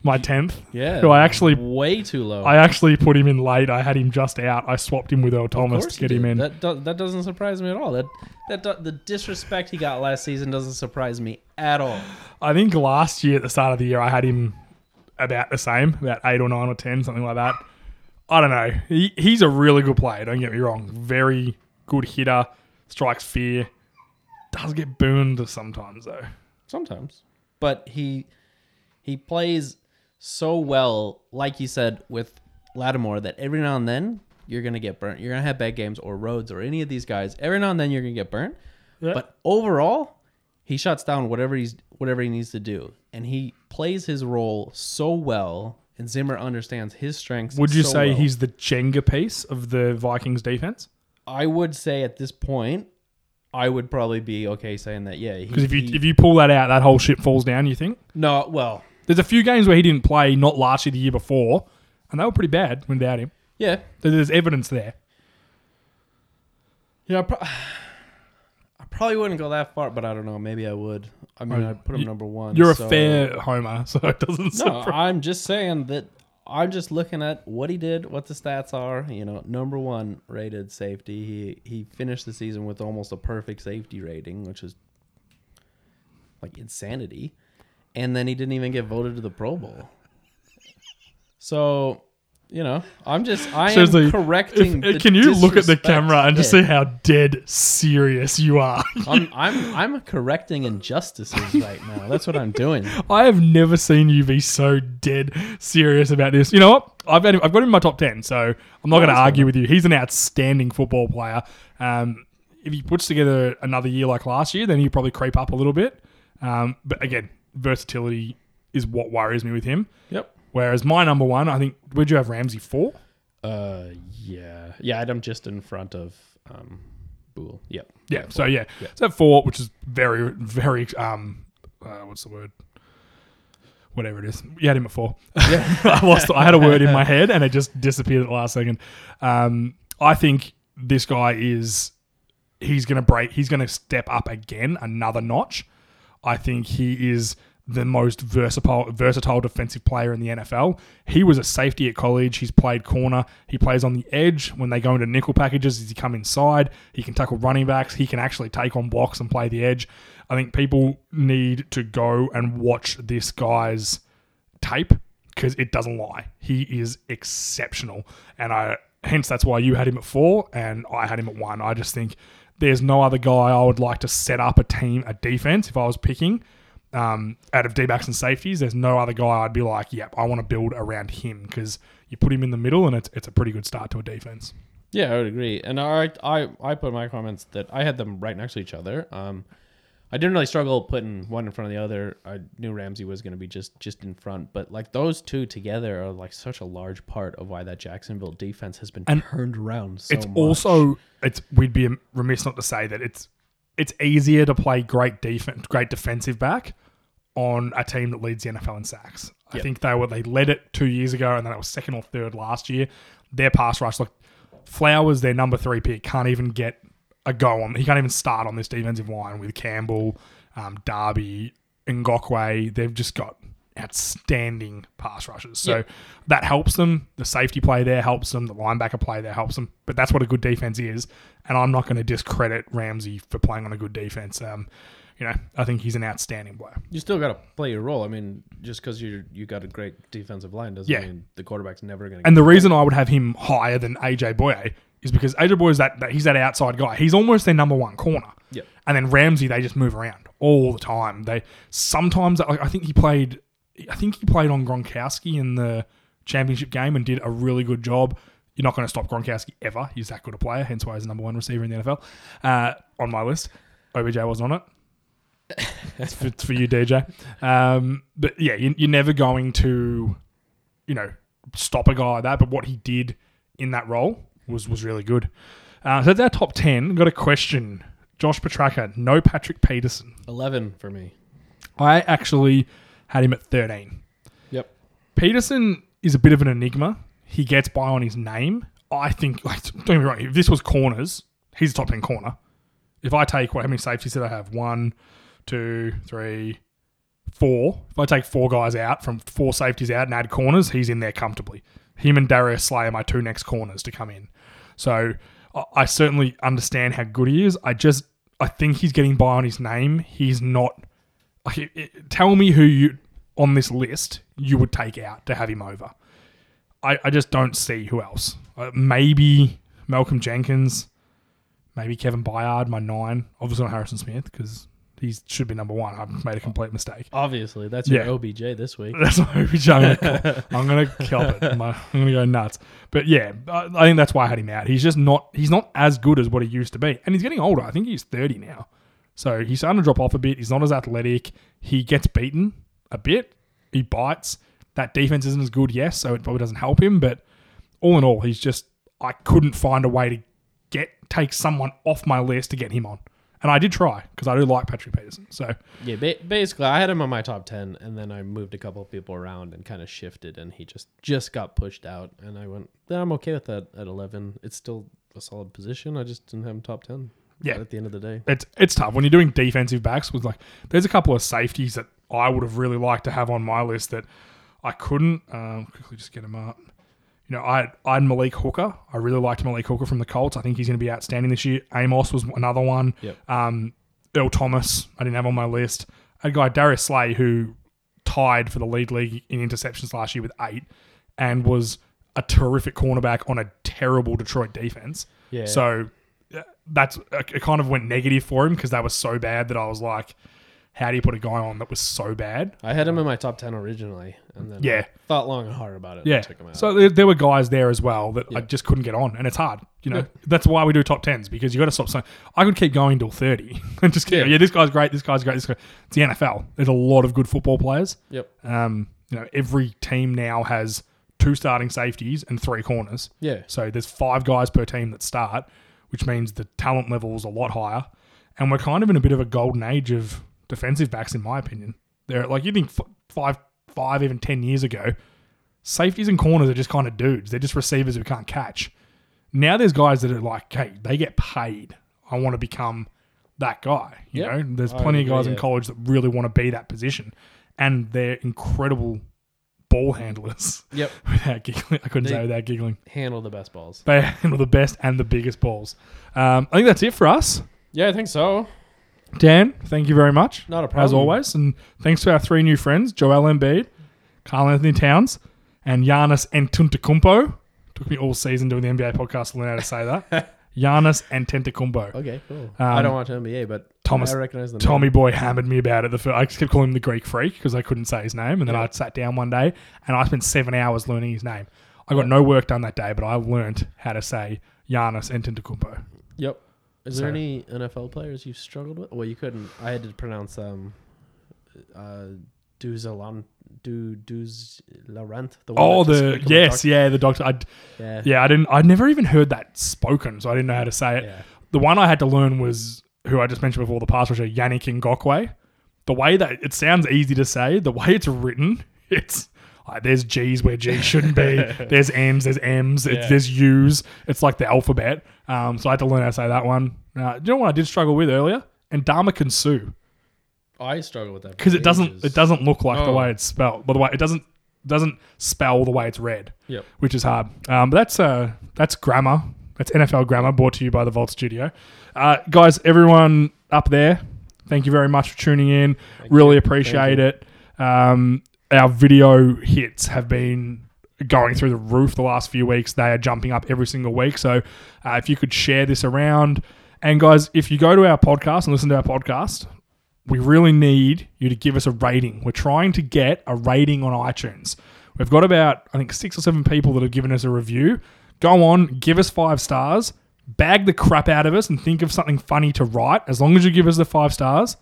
Speaker 2: my tenth.
Speaker 3: Yeah.
Speaker 2: Who I actually
Speaker 3: way too low.
Speaker 2: I actually put him in late. I had him just out. I swapped him with Earl Thomas to get him in.
Speaker 3: That do, that doesn't surprise me at all. That that do, the disrespect he got last season doesn't surprise me at all.
Speaker 2: I think last year at the start of the year I had him about the same, about eight or nine or ten, something like that. I don't know. He, he's a really good player. Don't get me wrong. Very good hitter. Strikes fear. Does get boomed sometimes though.
Speaker 3: Sometimes, but he he plays so well, like you said with Lattimore, that every now and then you're gonna get burnt. You're gonna have bad games or Rhodes or any of these guys. Every now and then you're gonna get burnt. But overall, he shuts down whatever he's whatever he needs to do, and he plays his role so well. And Zimmer understands his strengths.
Speaker 2: Would you
Speaker 3: so
Speaker 2: say
Speaker 3: well.
Speaker 2: he's the Jenga piece of the Vikings defense?
Speaker 3: I would say at this point, I would probably be okay saying that. Yeah,
Speaker 2: Because if you if you pull that out, that whole ship falls down. You think
Speaker 3: no, well,
Speaker 2: there's a few games where he didn't play, not last year, the year before, and they were pretty bad without him.
Speaker 3: yeah,
Speaker 2: So There's evidence there.
Speaker 3: yeah. I, pro- (sighs) I probably wouldn't go that far, but I don't know. Maybe I would. I mean, I put him number one.
Speaker 2: You're
Speaker 3: so-
Speaker 2: a (laughs) fair homer, so it doesn't.
Speaker 3: No,
Speaker 2: surprise-
Speaker 3: I'm just saying that. I'm just looking at what he did, what the stats are. You know, number one rated safety. He he finished the season with almost a perfect safety rating, which is like insanity. And then he didn't even get voted to the Pro Bowl. So, you know, I'm just I
Speaker 2: Seriously,
Speaker 3: am correcting.
Speaker 2: if-
Speaker 3: the
Speaker 2: can you look at the
Speaker 3: disrespect.
Speaker 2: camera and just
Speaker 3: Yeah.
Speaker 2: see how dead serious you are? (laughs)
Speaker 3: I'm I'm I'm correcting injustices right now. That's what
Speaker 2: (laughs)
Speaker 3: I'm doing.
Speaker 2: I have never seen you be so dead serious about this. You know what? I've got him, I've got him in my top ten, so I'm not going to argue with you. He's an outstanding football player. Um, if he puts together another year like last year, then he'll probably creep up a little bit. Um, but again, versatility is what worries me with him.
Speaker 3: Yep.
Speaker 2: Whereas my number one, I think, would you have Ramsey four?
Speaker 3: Uh, yeah, yeah. I'm just in front of um, Boole. Yep.
Speaker 2: Yeah. So yeah, so four, which is very, very um, uh, what's the word? Whatever it is, you had him at four. (laughs) I lost. I had a word in (laughs) my head and it just disappeared at the last second. Um, I think this guy is he's going to break. He's going to step up again another notch. I think he is the most versatile versatile defensive player in the NFL. He was a safety at college. He's played corner. He plays on the edge when they go into nickel packages. Does he come inside? He can tackle running backs. He can actually take on blocks and play the edge. I think people need to go and watch this guy's tape because it doesn't lie. He is exceptional, and I hence that's why you had him at four and I had him at one. I just think there's no other guy I would like to set up a team, a defense if I was picking um, out of D backs and safeties. There's no other guy I'd be like, yep, I want to build around him because you put him in the middle and it's it's a pretty good start to a defense.
Speaker 3: Yeah, I would agree. And I, I, I put my comments that I had them right next to each other. Um, I didn't really struggle putting one in front of the other. I knew Ramsey was going to be just just in front, but like those two together are like such a large part of why that Jacksonville defense has been turned around so
Speaker 2: it's
Speaker 3: much.
Speaker 2: also it's we'd be remiss not to say that it's it's easier to play great defense, great defensive back on a team that leads the NFL in sacks. I think they were they led it two years ago, and then it was second or third last year. Their pass rush, like Flowers, their number three pick, can't even get a go on. He can't even start on this defensive line with Campbell, um, Darby, Ngokwe. They've just got outstanding pass rushes. So that helps them. The safety play there helps them. The linebacker play there helps them. But that's what a good defense is. And I'm not going to discredit Ramsey for playing on a good defense. Um, you know, I think he's an outstanding player.
Speaker 3: you still got to play your role. I mean, just because you you got a great defensive line doesn't
Speaker 2: Yeah.
Speaker 3: mean the quarterback's never going to.
Speaker 2: And the reason I would have him higher than AJ Boye is because AJ Boye is that, that he's that outside guy. He's almost their number one corner.
Speaker 3: Yep.
Speaker 2: And then Ramsey, they just move around all the time. They sometimes like, I think he played, I think he played on Gronkowski in the championship game and did a really good job. You're not going to stop Gronkowski ever. He's that good a player, hence why he's the number one receiver in the NFL. Uh, on my list, OBJ wasn't on it. it's, for, it's for you, DJ. Um, but yeah, you, you're never going to you know stop a guy like that. But what he did in that role was was really good. Uh, so that's our top ten. Got a question. Josh Petraka, no Patrick Peterson.
Speaker 3: eleven for me.
Speaker 2: I actually had him at thirteen.
Speaker 3: Yep.
Speaker 2: Peterson is a bit of an enigma. He gets by on his name. I think. Like, don't get me wrong. If this was corners, he's a top ten corner. If I take what, how many safeties did I have? One, two, three, four. If I take four guys out from four safeties out and add corners, he's in there comfortably. Him and Darius Slay are my two next corners to come in. So I- I certainly understand how good he is. I just I think he's getting by on his name. He's not. Like, it- it- tell me who you on this list you would take out to have him over. I, I just don't see who else. Uh, maybe Malcolm Jenkins, maybe Kevin Byard, my nine. Obviously not Harrison Smith because he should be number one. I've made a complete mistake.
Speaker 3: Obviously, that's
Speaker 2: Yeah.
Speaker 3: your OBJ
Speaker 2: (laughs)
Speaker 3: this week.
Speaker 2: That's my OBJ. I'm gonna, kill- I'm gonna kill it. My- I'm gonna go nuts. But yeah, I, I think that's why I had him out. He's just not. He's not as good as what he used to be, and he's getting older. I think he's 30 now, so he's starting to drop off a bit. He's not as athletic. He gets beaten a bit. He bites. That defense isn't as good, yes, so it probably doesn't help him. But all in all, he's just. I couldn't find a way to get take someone off my list to get him on, and I did try because I do like Patrick Peterson. So
Speaker 3: Yeah, ba- basically, I had him on my top ten, and then I moved a couple of people around and kind of shifted, and he just just got pushed out, and I went. Then I'm okay with that at eleven. It's still a solid position. I just didn't have him top ten.
Speaker 2: Yeah.
Speaker 3: at the end of the day,
Speaker 2: it's it's tough when you're doing defensive backs with like there's a couple of safeties that I would have really liked to have on my list that I couldn't um, quickly just get them up. You know, I I had Malik Hooker. I really liked Malik Hooker from the Colts. I think he's going to be outstanding this year. Amos was another one.
Speaker 3: Yep.
Speaker 2: Um, Earl Thomas I didn't have on my list. I had a guy Darius Slay who tied for the lead league in interceptions last year with eight, and was a terrific cornerback on a terrible Detroit defense.
Speaker 3: Yeah.
Speaker 2: So uh, that's it. Kind of went negative for him because that was so bad that I was like, how do you put a guy on that was so bad?
Speaker 3: I had him in my top ten originally, and then I
Speaker 2: Yeah.
Speaker 3: thought long and hard about it.
Speaker 2: Yeah.
Speaker 3: and took him out.
Speaker 2: So there, there were guys there as well that I just couldn't get on, and it's hard. You know, that's why we do top tens because you got to stop saying I could keep going till thirty (laughs) and just keep, yeah.
Speaker 3: Yeah.
Speaker 2: this guy's great, this guy's great, this guy. It's the NFL. There's a lot of good football players.
Speaker 3: yep,
Speaker 2: Um, you know, every team now has two starting safeties and three corners.
Speaker 3: yeah,
Speaker 2: So there's five guys per team that start, which means the talent level is a lot higher. And we're kind of in a bit of a golden age of defensive backs, in my opinion. They're like you think f- five, five, even ten years ago, safeties and corners are just kind of dudes. They're just receivers who can't catch. Now there's guys that are like, hey, they get paid. I want to become that guy. You
Speaker 3: Yep.
Speaker 2: know, there's
Speaker 3: I
Speaker 2: plenty of
Speaker 3: agree,
Speaker 2: guys in
Speaker 3: Oh, yeah.
Speaker 2: college that really want to be that position. and they're incredible ball handlers.
Speaker 3: Yep.
Speaker 2: (laughs) without giggling, I couldn't say
Speaker 3: They-
Speaker 2: without giggling.
Speaker 3: Handle the best balls.
Speaker 2: They (laughs) handle the best and the biggest balls. Um, I think that's it for us.
Speaker 1: Yeah, I think so.
Speaker 2: Dan, thank you very much.
Speaker 3: Not a
Speaker 2: As
Speaker 3: problem.
Speaker 2: always. And thanks to our three new friends, Joel Embiid, Carl Anthony Towns, and Giannis Antetokounmpo. Took me all season doing the NBA podcast to learn how to say that.
Speaker 3: (laughs)
Speaker 2: Giannis Antetokounmpo.
Speaker 3: Okay, cool.
Speaker 2: Um,
Speaker 3: I don't watch NBA, but
Speaker 2: Thomas-
Speaker 3: I recognize the name.
Speaker 2: Tommy Boy hammered me about it. The first, I just kept calling him the Greek Freak because I couldn't say his name. And then I sat down one day and I spent seven hours learning his name. I got no work done that day, but I learned how to say Giannis Antetokounmpo.
Speaker 3: Yep. Is there
Speaker 2: So-
Speaker 3: any NFL players you've struggled with? Well, you couldn't. I had to pronounce um, uh, Duzalan, Du Duz Laurent. The one
Speaker 2: Oh,
Speaker 3: that just
Speaker 2: the
Speaker 3: clicked on
Speaker 2: yes,
Speaker 3: doc-
Speaker 2: yeah, the doctor. I,
Speaker 3: yeah,
Speaker 2: yeah, I didn't. I'd never even heard that spoken, so I didn't know how to say it.
Speaker 3: Yeah.
Speaker 2: The one I had to learn was who I just mentioned before, the pass rusher Yannick Ngokwe. The way that it sounds easy to say, the way it's written, (laughs) it's like there's G's where G shouldn't
Speaker 3: (laughs)
Speaker 2: be. there's N's, there's M's, it's, there's U's. It's like the alphabet. Um, so I had to learn how to say that one. Uh, do you know what I did struggle with earlier? And Dharma Sue
Speaker 3: I struggle with that for
Speaker 2: because it doesn't
Speaker 3: ages.
Speaker 2: it doesn't look like the
Speaker 3: Oh.
Speaker 2: way it's spelled, but the way it doesn't doesn't spell the way it's read.
Speaker 3: Yep.
Speaker 2: which is hard. Um, but that's uh that's grammar. That's NFL grammar brought to you by the Vault Studio. Uh, guys, everyone up there, thank you very much for tuning in. really appreciate it. Um, our video hits have been going through the roof the last few weeks. They are jumping up every single week. So uh, if you could share this around. And guys, if you go to our podcast and listen to our podcast, we really need you to give us a rating. We're trying to get a rating on iTunes. We've got about, I think, six or seven people that have given us a review. Go on, give us five stars, bag the crap out of us, and think of something funny to write. As long as you give us the five stars,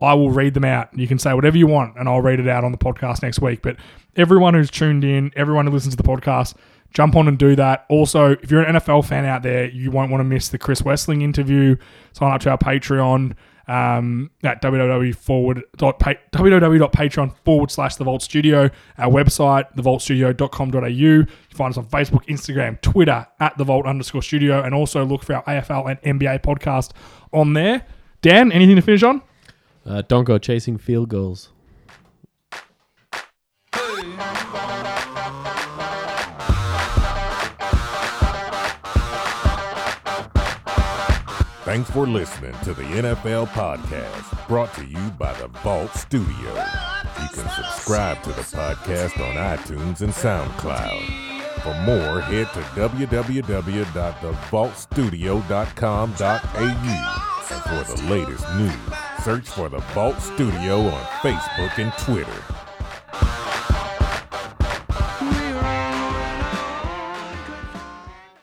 Speaker 2: I will read them out. You can say whatever you want, and I'll read it out on the podcast next week. But everyone who's tuned in, everyone who listens to the podcast, jump on and do that. Also, if you're an NFL fan out there, you won't want to miss the Chris Westling interview. Sign up to our Patreon um, at www forward dot pa- www.patreon forward slash the Vault Studio. Our website, thevaultstudio.com.au. You can find us on Facebook, Instagram, Twitter at the Vault underscore studio, and also look for our AFL and NBA podcast on there. Dan, anything to finish on?
Speaker 3: Uh, don't go chasing field goals.
Speaker 4: Thanks for listening to the NFL podcast brought to you by the Vault Studio. You can subscribe to the podcast on iTunes and SoundCloud. For more, head to www.thevaultstudio.com.au. And for the latest news, search for the Vault Studio on Facebook and Twitter.